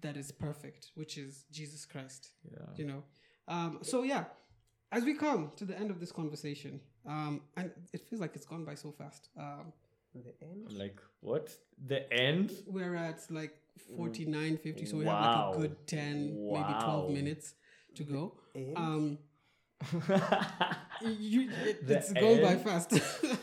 that is perfect which is jesus christ Yeah. you know um, so yeah as we come to the end of this conversation um, and it feels like it's gone by so fast um, The end? I'm like, what? The end? we're at like 49 50 so we have like Mm. Wow. a good 10 maybe 12 Wow. minutes to go end? um, you, it, The it's going by end? fast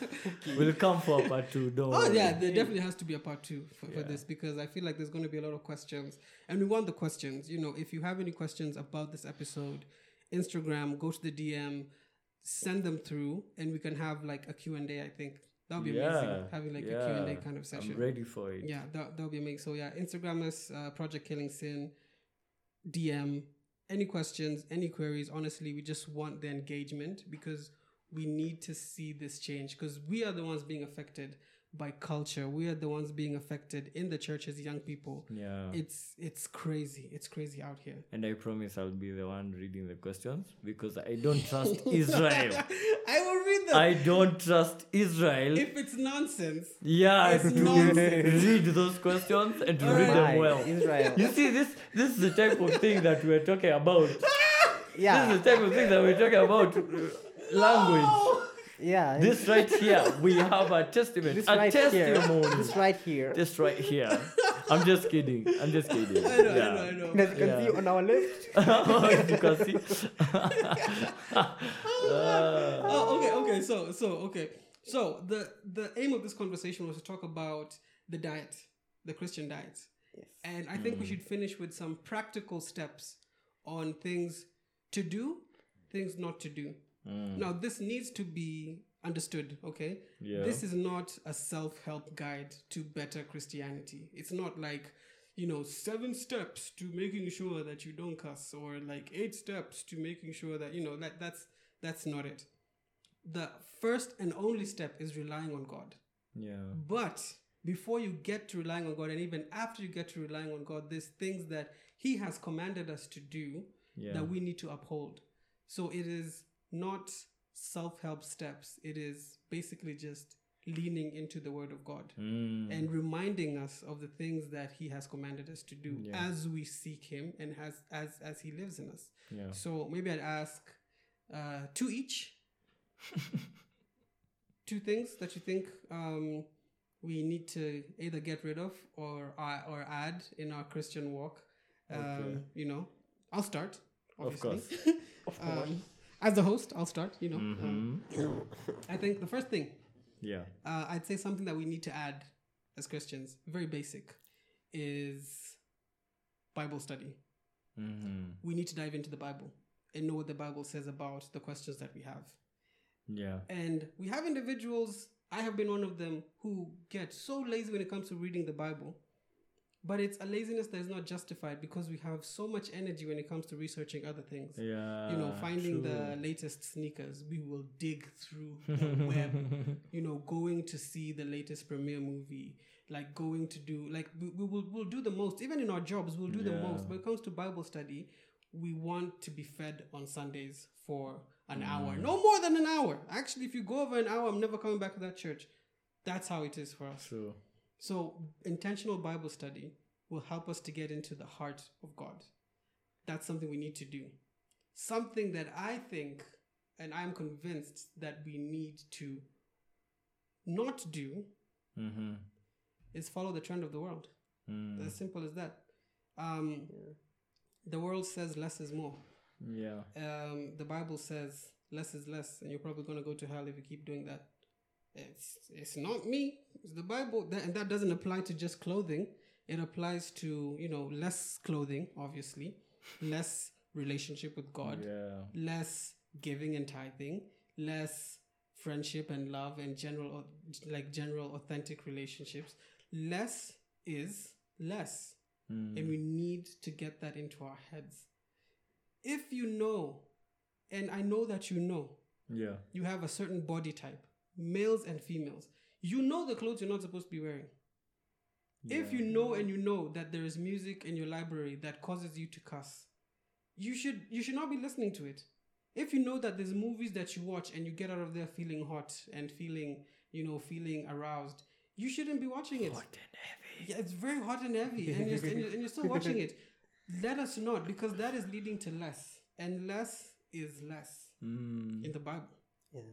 we'll come for part two. Don't Oh worry. yeah, there definitely has to be a part two for, for Yeah. this because I feel like there's going to be a lot of questions, and we want the questions. You know, if you have any questions about this episode, Instagram, go to the DM, send them through, and we can have like a Q and A. I think that would be amazing Yeah, having like yeah. a Q and A kind of session. I'm ready for it. Yeah, that that would be amazing. So yeah, Instagram is uh, Project Killing Sin, DM. Any questions, any queries? Honestly, we just want the engagement because we need to see this change because we are the ones being affected by culture. We are the ones being affected in the church as young people. yeah. It's it's crazy. It's crazy out here. And I promise I'll be the one reading the questions because I don't trust Israel. I will read them. I don't trust Israel. if it's nonsense, yeah, I it's have to nonsense. read those questions and to All read right. them My well. Israel. You see, this this is the type of thing that we're talking about. This yeah. is the type of thing that we're talking about. uh, Language. Yeah. This right here, we have a testament, This a right here. testimony. This right here. This right here. I'm just kidding. I'm just kidding. I know, yeah. I know, I know. As you can Yeah. see on our left. As you can see. Uh, oh, okay, okay. So, so okay. So the the aim of this conversation was to talk about the diet, the Christian diet, Yes. and I think we should finish with some practical steps on things to do, things not to do. Now, this needs to be understood, okay? Yeah. This is not a self help guide to better Christianity. It's not like, you know, seven steps to making sure that you don't cuss or like eight steps to making sure that, you know, that, that's, that's not it. The first and only step is relying on God. yeah. But before you get to relying on God, and even after you get to relying on God, there's things that He has commanded us to do Yeah. that we need to uphold. So it is not self help steps, it is basically just leaning into the Word of God Mm. and reminding us of the things that He has commanded us to do Yeah. as we seek Him and as, as, as He lives in us. yeah. So maybe I'd ask uh, two each. two things that you think um, we need to either get rid of or uh, or add in our Christian walk. Um, Okay. You know, I'll start. Of Obviously. Of course. um, as the host, I'll start. You know, um, Mhm. I think the first thing Yeah. uh, I'd say something that we need to add as Christians, very basic, is Bible study Mhm. we need to dive into the Bible and know what the Bible says about the questions that we have. Yeah. And we have individuals, I have been one of them, who get so lazy when it comes to reading the Bible. But it's a laziness that is not justified because we have so much energy when it comes to researching other things. Yeah. you know, finding the Ah, true. latest sneakers, we will dig through the web you know, going to see the latest premiere movie, like going to do, like we, we will we'll do the most. Even in our jobs, we'll do the Yeah. most. When it comes to Bible study, we want to be fed on Sundays for an hour, Mm. no more than an hour. Actually, if you go over an hour, I'm never coming back to that church. That's how it is for us. True. So intentional Bible study will help us to get into the heart of God. That's something we need to do. Something that I think and I'm convinced that we need to not do Mm-hmm. is follow the trend of the world. Mm. As simple as that. Um, The world says less is more. Yeah. Um, the Bible says less is less, and you're probably going to go to hell if you keep doing that. It's it's not me. It's the Bible, that, and that doesn't apply to just clothing. It applies to you know less clothing, obviously, less relationship with God, Yeah. less giving and tithing, less friendship and love and general like general authentic relationships. Less is less Mm. and we need to get that into our heads. If you know, and I know that you know, Yeah. you have a certain body type, males and females, you know the clothes you're not supposed to be wearing. If Yeah. you know and you know that there is music in your library that causes you to cuss, you should you should not be listening to it. If you know that there's movies that you watch and you get out of there feeling hot and feeling, you know, feeling aroused, you shouldn't be watching it. Yeah, it's very hot and heavy, and you're, and, you're, and you're still watching it. Let us not, because that is leading to less, and less is less Mm. in the Bible. Yeah.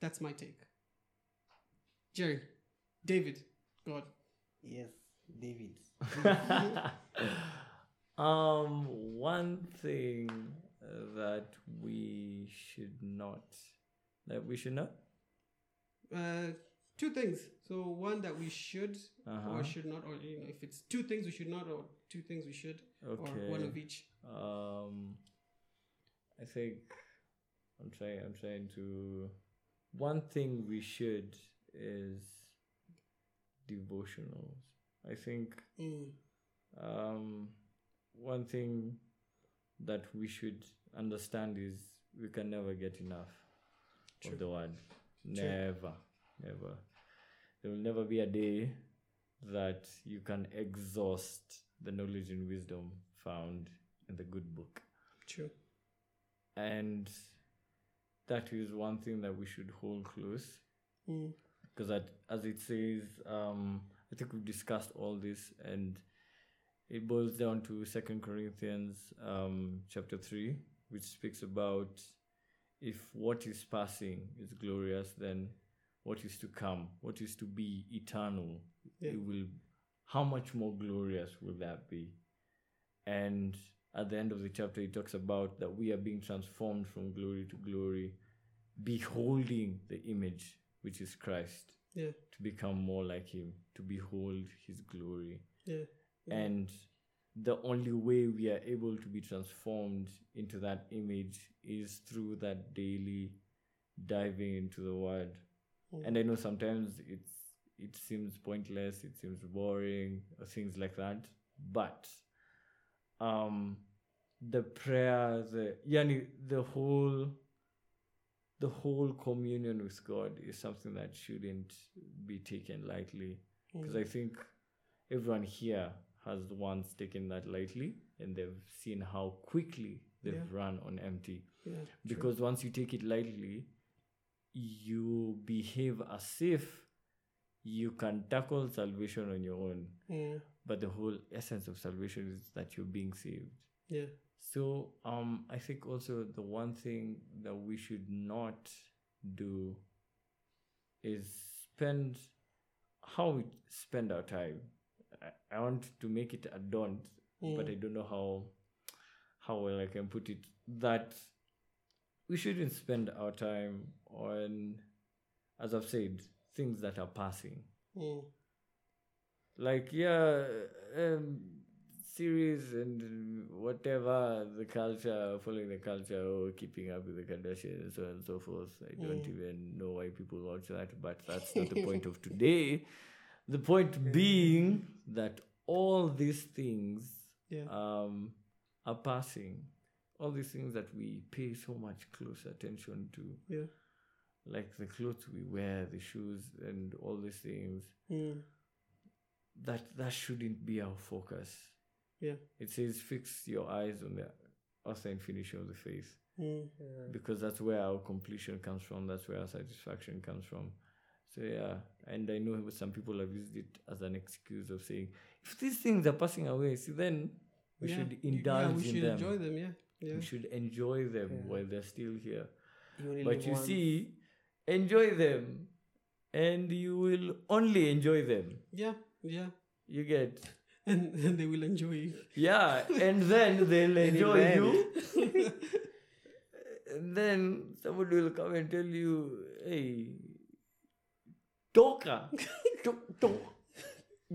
That's my take. Jerry, David, God. Yes, David. um, one thing that we should not, that we should not, Uh, two things. So one that we should Uh-huh. or should not, or you know, if it's two things we should not, or two things we should, okay. or one of each. Um, I think I'm trying. I'm trying to. One thing we should is devotionals. I think Mm. um, one thing that we should understand is we can never get enough True. of the word. Never, never. There will never be a day that you can exhaust the knowledge and wisdom found in the good book. True. And that is one thing that we should hold close Mm. because that as it says um i think we've discussed all this and it boils down to second corinthians um chapter 3 which speaks about if what is passing is glorious then what is to come what is to be eternal Yeah. it will how much more glorious will that be and at the end of the chapter it talks about that we are being transformed from glory to glory beholding the image which is christ Yeah. to become more like him to behold his glory Yeah. Yeah. and the only way we are able to be transformed into that image is through that daily diving into the word. And I know sometimes it's it seems pointless, it seems boring, or things like that. But um the prayer, the yani the whole the whole communion with God is something that shouldn't be taken lightly. Mm, Because I think everyone here has once taken that lightly and they've seen how quickly they've Yeah. run on empty yeah. because once you take it lightly you behave as if you can tackle salvation on your own Mm. but the whole essence of salvation is that you're being saved yeah. so um i think also the one thing that we should not do is spend how we spend our time i, I want to make it a don't but Mm. i don't know how how well i can put it that we shouldn't spend our time on as i've said things that are passing Mm. like yeah um series and whatever the culture following the culture or keeping up with the kardashians and so on and so forth i don't Mm. even know why people watch that but that's not the point of today the point being that all these things Yeah. um are passing all these things that we pay so much close attention to Yeah. like the clothes we wear the shoes and all these things Mm. that that shouldn't be our focus. Yeah. It says fix your eyes on the author and finisher of the faith Mm. because that's where our completion comes from. That's where our satisfaction comes from. So yeah, and I know some people have used it as an excuse of saying if these things are passing away, see then we Yeah. should You- indulge yeah, we in should them. Mm. enjoy them. Yeah. Yeah. We should enjoy them Yeah. while they're still here. You only But live you once. see, enjoy them, and you will only enjoy them. Yeah. Yeah. You get. And, and they will enjoy you. Yeah, and then they'll enjoy then- you. and then somebody will come and tell you, hey, Toka, to- to-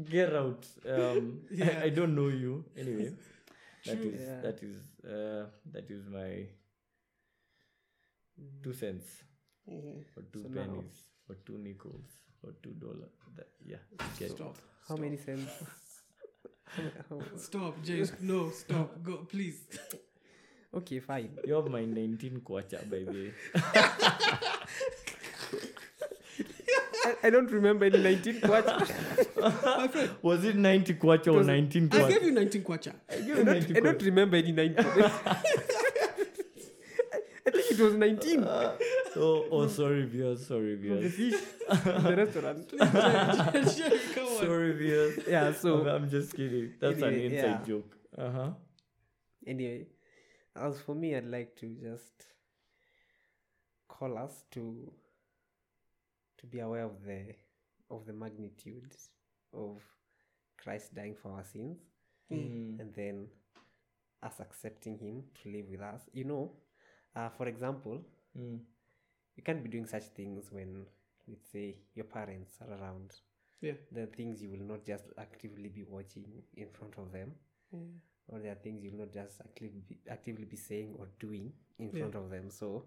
get out. Um, I- Yeah. I, don't know you. Anyway, that True. is, Yeah. that is, uh, that is my two cents Mhm. or two So now- pennies or two nickels or two dollars. Yeah, get Stop. How many cents? How- how- Stop, James. No, stop. Go, please. okay, fine. You have my 19 kwacha, by the way. I, I don't remember any 19 quarts. Was it 90 kwacha or was- 19 I gave kwacha? you 19 kwacha. I gave I you don't, I 19 don't kwacha. remember any 19. I, I think it was 19. Oh, oh, Mm. sorry, viewers. Sorry, from the viewers. fish in the restaurant. Please, James, James, come on. Sorry, viewers. Yeah, so I'm just kidding. That's an Anyway, inside yeah. joke. Uh huh. anyway as for me i'd like to just call us to to be aware of the of the magnitude of christ dying for our sins Mm. Mm, and then us accepting him to live with us you know uh, for example mm. you can't be doing such things when let's say your parents are around Yeah. there are things you will not just actively be watching in front of them Mm. or there are things you'll not just actively be, actively be saying or doing in Yeah. front of them. So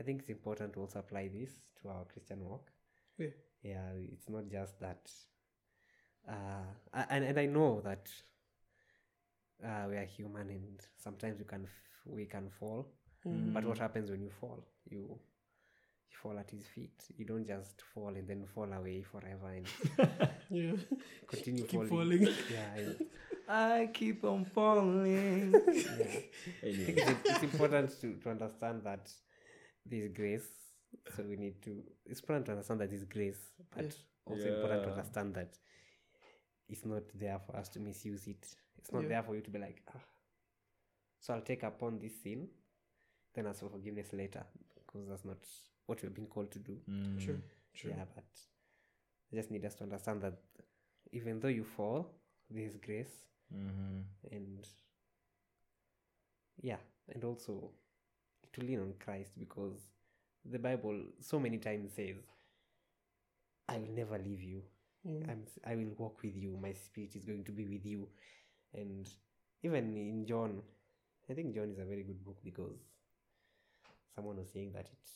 I think it's important to also apply this to our Christian walk. Yeah. Yeah, it's not just that. Uh, a- and and I know that uh, we are human, and sometimes we can f- we can fall. Mm. But what happens when you fall? You you fall at his feet. You don't just fall and then fall away forever and Yeah. Mm. continue Keep falling. falling. Yeah, and- I keep on falling. yeah. I think anyway. it's, it's important to, to understand that there's grace. So we need to. It's important to understand that there's grace, but Yeah. also important to Yeah. understand that it's not there for us to misuse it. It's not Yeah. there for you to be like, ah. So I'll take upon this sin, then ask for forgiveness later, because that's not what we've been called to do. Mm, True. True. Yeah, but I just need us to understand that even though you fall, there's grace Mm-hmm. and yeah and also to lean on christ because the bible so many times says i will never leave you Mm. I'm, i will walk with you my spirit is going to be with you and even in john i think john is a very good book because someone was saying that it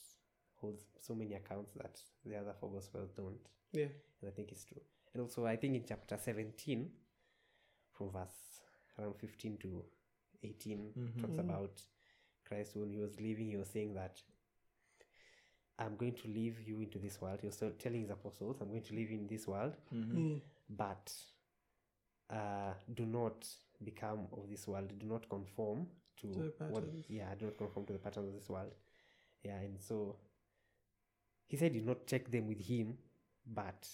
holds so many accounts that the other four gospels don't. Yeah. And I think it's true. And also, I think in chapter 17, from verse around 15 to 18, Mhm. talks Mm. about Christ when he was leaving, he was saying that I'm going to leave you into this world. He was still telling his apostles, I'm going to leave you in this world, Mhm. Mm. but uh, do not become of this world. Do not conform to To the what, patterns. yeah, do not conform to the patterns of this world. Yeah, and so he said, do not take them with him, but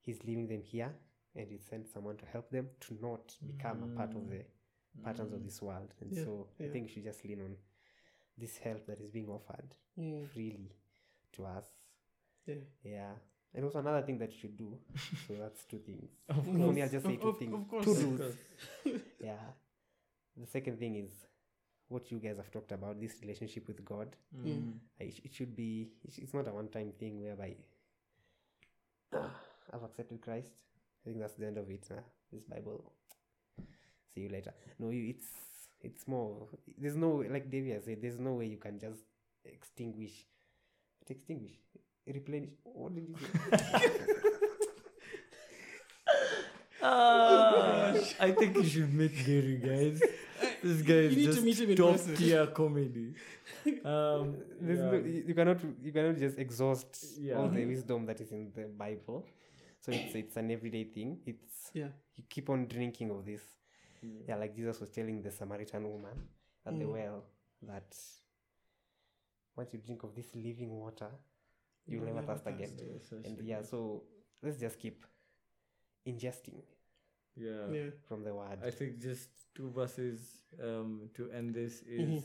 he's leaving them here, and he sent someone to help them to not become a part of the patterns of this world. And Mm. Yeah, so yeah. I think we should just lean on this help that is being offered Mm. freely to us. Yeah. Yeah. And also another thing that you should do. so that's two things. Of For me, course. I'll just say Of- two of- things. of course. Two Of do's. course. yeah. The second thing is what you guys have talked about this relationship with God. Mm. Uh, It, sh- it should be, it sh- it's not a one time thing whereby uh, I've accepted Christ. I think that's the end of it. Huh? This Bible. See you later. No, you, it's it's more. There's no like Davia said. There's no way you can just extinguish, not extinguish, replenish. What did you say? Ah, I think you should meet Gary, guys. This guy you need to is meet him in just top person. tier comedy. Um, There's yeah. no, you you cannot you cannot just exhaust Yeah. all the wisdom that is in the Bible. So it's it's an everyday thing. It's yeah. you keep on drinking of this. Yeah, like Jesus was telling the Samaritan woman at the Mm. well that once you drink of this living water, you'll will never thirst again. Yes, I And see. yeah, so let's just keep ingesting yeah. Yeah. from the word. I think just two verses um, to end this is Mhm.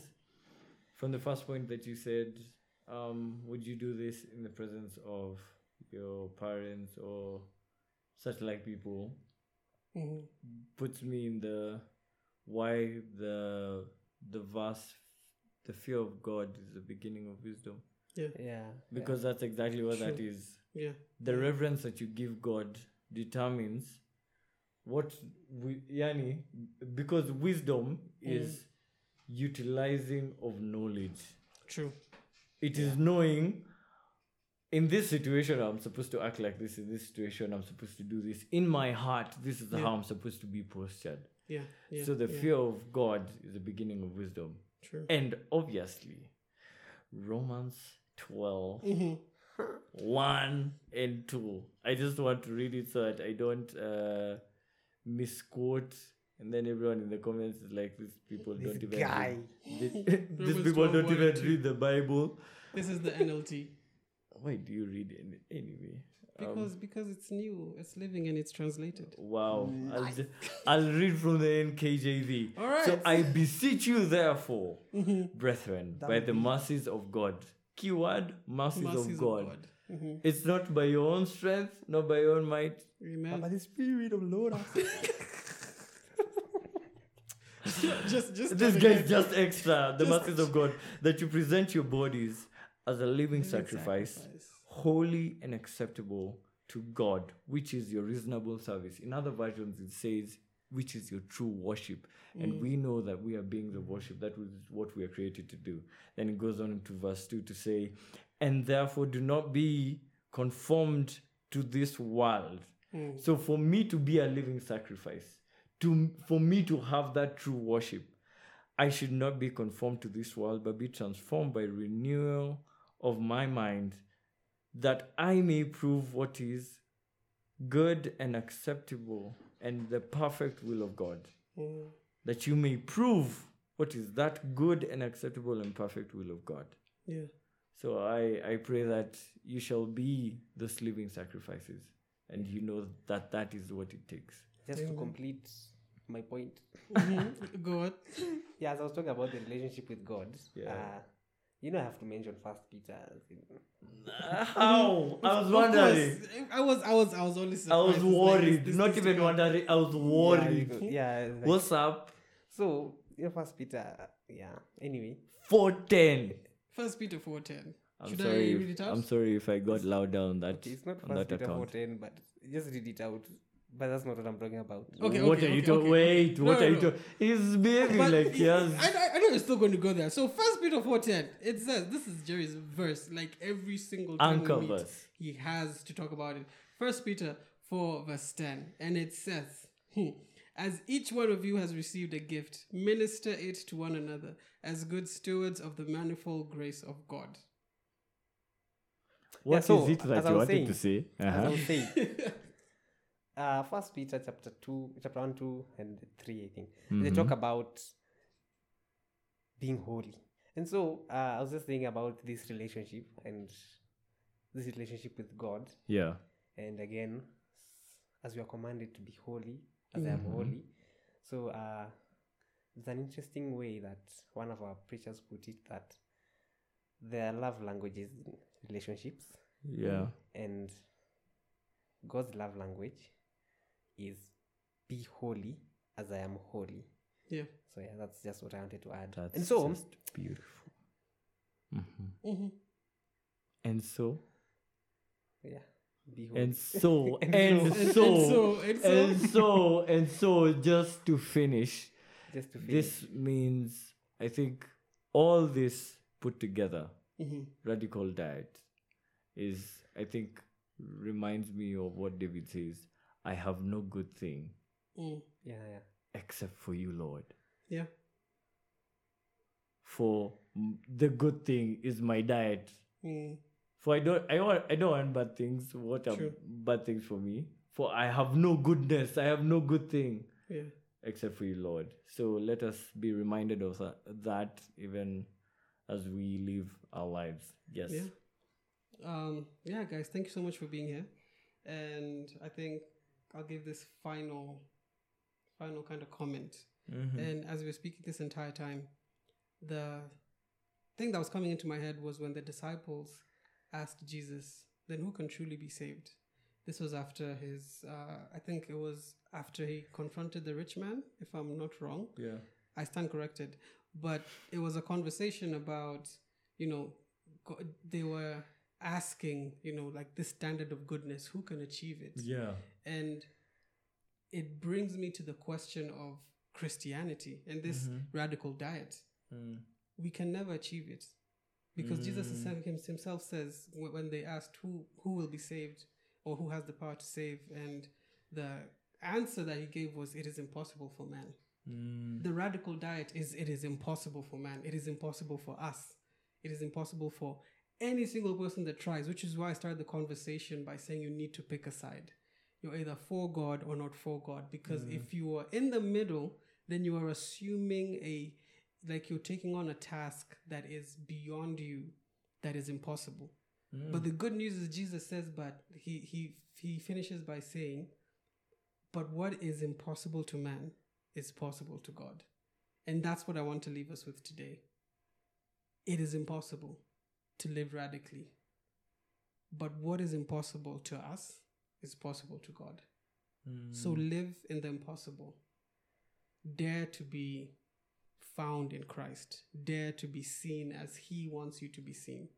from the first point that you said, um, would you do this in the presence of your parents or such like people? Mm. Puts me in the why the the verse the fear of God is the beginning of wisdom Yeah. yeah. because that's exactly what that True. is. Yeah. The reverence that you give God determines what we yani because wisdom is utilizing of knowledge. True. It is knowing in this situation I'm supposed to act like this, in this situation I'm supposed to do this. In my heart, this is how I'm supposed to be postured. Yeah. Yeah. so the yeah. fear of God is the beginning of wisdom. True. And obviously, Romans 12 Mhm. Mm-hmm. 1 and 2. I just want to read it so that I don't uh, misquote. And then everyone in the comments is like, these people This don't even. guy. Read, thi- these Romans people 12, don't one even and two. read the Bible. This is the NLT. Why do you read it anyway? Um, Because because it's new, it's living and it's translated. Wow. Mm. I'll, ju- I'll read from the NKJV. All right. So I beseech you, therefore, Mm-hmm. brethren, by the mercies of God. Keyword mercies, Mercies of God. Mhm. It's not by your own strength, not by your own might. Amen. By the spirit of Lord. just just This tell the guy's just extra. The mercies of God that you present your bodies as a living sacrifice, holy and acceptable to God, which is your reasonable service. In other versions, it says, which is your true worship. And we know that we are beings of worship. That is what we are created to do. Then it goes on to verse 2 to say, and therefore do not be conformed to this world. So for me to be a living sacrifice, to for me to have that true worship, I should not be conformed to this world, but be transformed by renewal of my mind, that I may prove what is good and acceptable and the perfect will of God. Mm. That you may prove what is that good and acceptable and perfect will of God. Yeah. So I, I pray that you shall be those living sacrifices and you know that that is what it takes. Just to complete my point. Mhm. Go on. Yeah, as I was talking about the relationship with God, Yeah. uh, you know, I have to mention First Peter. as in- How? I was Mm. Of wondering. course, I was I was I was only surprised. I was It's like, worried. this- this Not is even going- wondering. I was Yeah, you worried. go- yeah like- What's up? so you know, First Peter. Yeah. Anyway, 410. First Peter four ten. I'm Should sorry. I if- read it out? I'm sorry if I got loud on that okay, it's not on First that Peter account. four ten, but just read it out. But that's not what I'm talking about. Okay, what okay, are you okay, talking? okay. Wait, No, what no, are you no. talking? It's baby like yes. I, I, I know you're still going to go there. So first Peter four ten, it says this is Jerry's verse. Like every single time Anchor we meet, verse. he has to talk about it. First Peter four verse ten, and it says, hmm, "As each one of you has received a gift, minister it to one another as good stewards of the manifold grace of God." What is so, it as I that you wanted was saying- to say? As I Uh-huh. was saying, uh, First Peter chapter two, chapter one, two, and three, I think they Mm-hmm. talk about being holy. And so uh, I was just thinking about this relationship and this relationship with God. Yeah. And again, as we are commanded to be holy, as I Mm-hmm. am holy. So uh, it's an interesting way that one of our preachers put it that there are love languages in relationships Yeah. and God's love language is be holy as I am holy. Yeah. So yeah, that's just what I wanted to add. That's and so just beautiful. Mhm. Mhm. And so, yeah, be holy. and so, And and And- so- and so, so, and so. and so, and so, just to finish, just to finish. this means I think all this put together, Mhm. radical diet, is I think reminds me of what David says: "I have no good thing Mm. yeah, yeah. except for you, Lord." Yeah. For m- the good thing is my diet, Mm. For I don't I want I don't want bad things. What are True. bad things for me? For I have no goodness. I have no good thing Yeah. except for you, Lord. So let us be reminded of tha- that even as we live our lives. Yes. Yeah. Um, yeah, guys, thank you so much for being here. And I think I'll give this final, final kind of comment. Mhm. And as we were speaking this entire time, the thing that was coming into my head was when the disciples asked Jesus, then who can truly be saved? This was after his, uh, I think it was after he confronted the rich man, if I'm not wrong. Yeah. I stand corrected, but it was a conversation about, you know, go- they were asking, you know, like this standard of goodness, who can achieve it? Yeah. And it brings me to the question of Christianity and this radical diet. We can never achieve it because Jesus himself- him- himself says wh- when they asked who who will be saved or who has the power to save, and the answer that he gave was, "It is impossible for man." Mm. the radical diet is it is impossible for man it is impossible for us it is impossible for any single person that tries which is why i started the conversation by saying you need to pick a side you're either for god or not for god because if you are in the middle then you are assuming a like you're taking on a task that is beyond you that is impossible but the good news is jesus says but he he he finishes by saying but what is impossible to man is possible to God. And that's what I want to leave us with today. It is impossible to live radically, but what is impossible to us is possible to God. So live in the impossible. Dare to be found in Christ, dare to be seen as He wants you to be seen.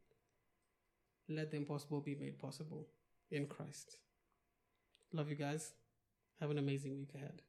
Let the impossible be made possible in Christ. Love you guys. Have an amazing week ahead.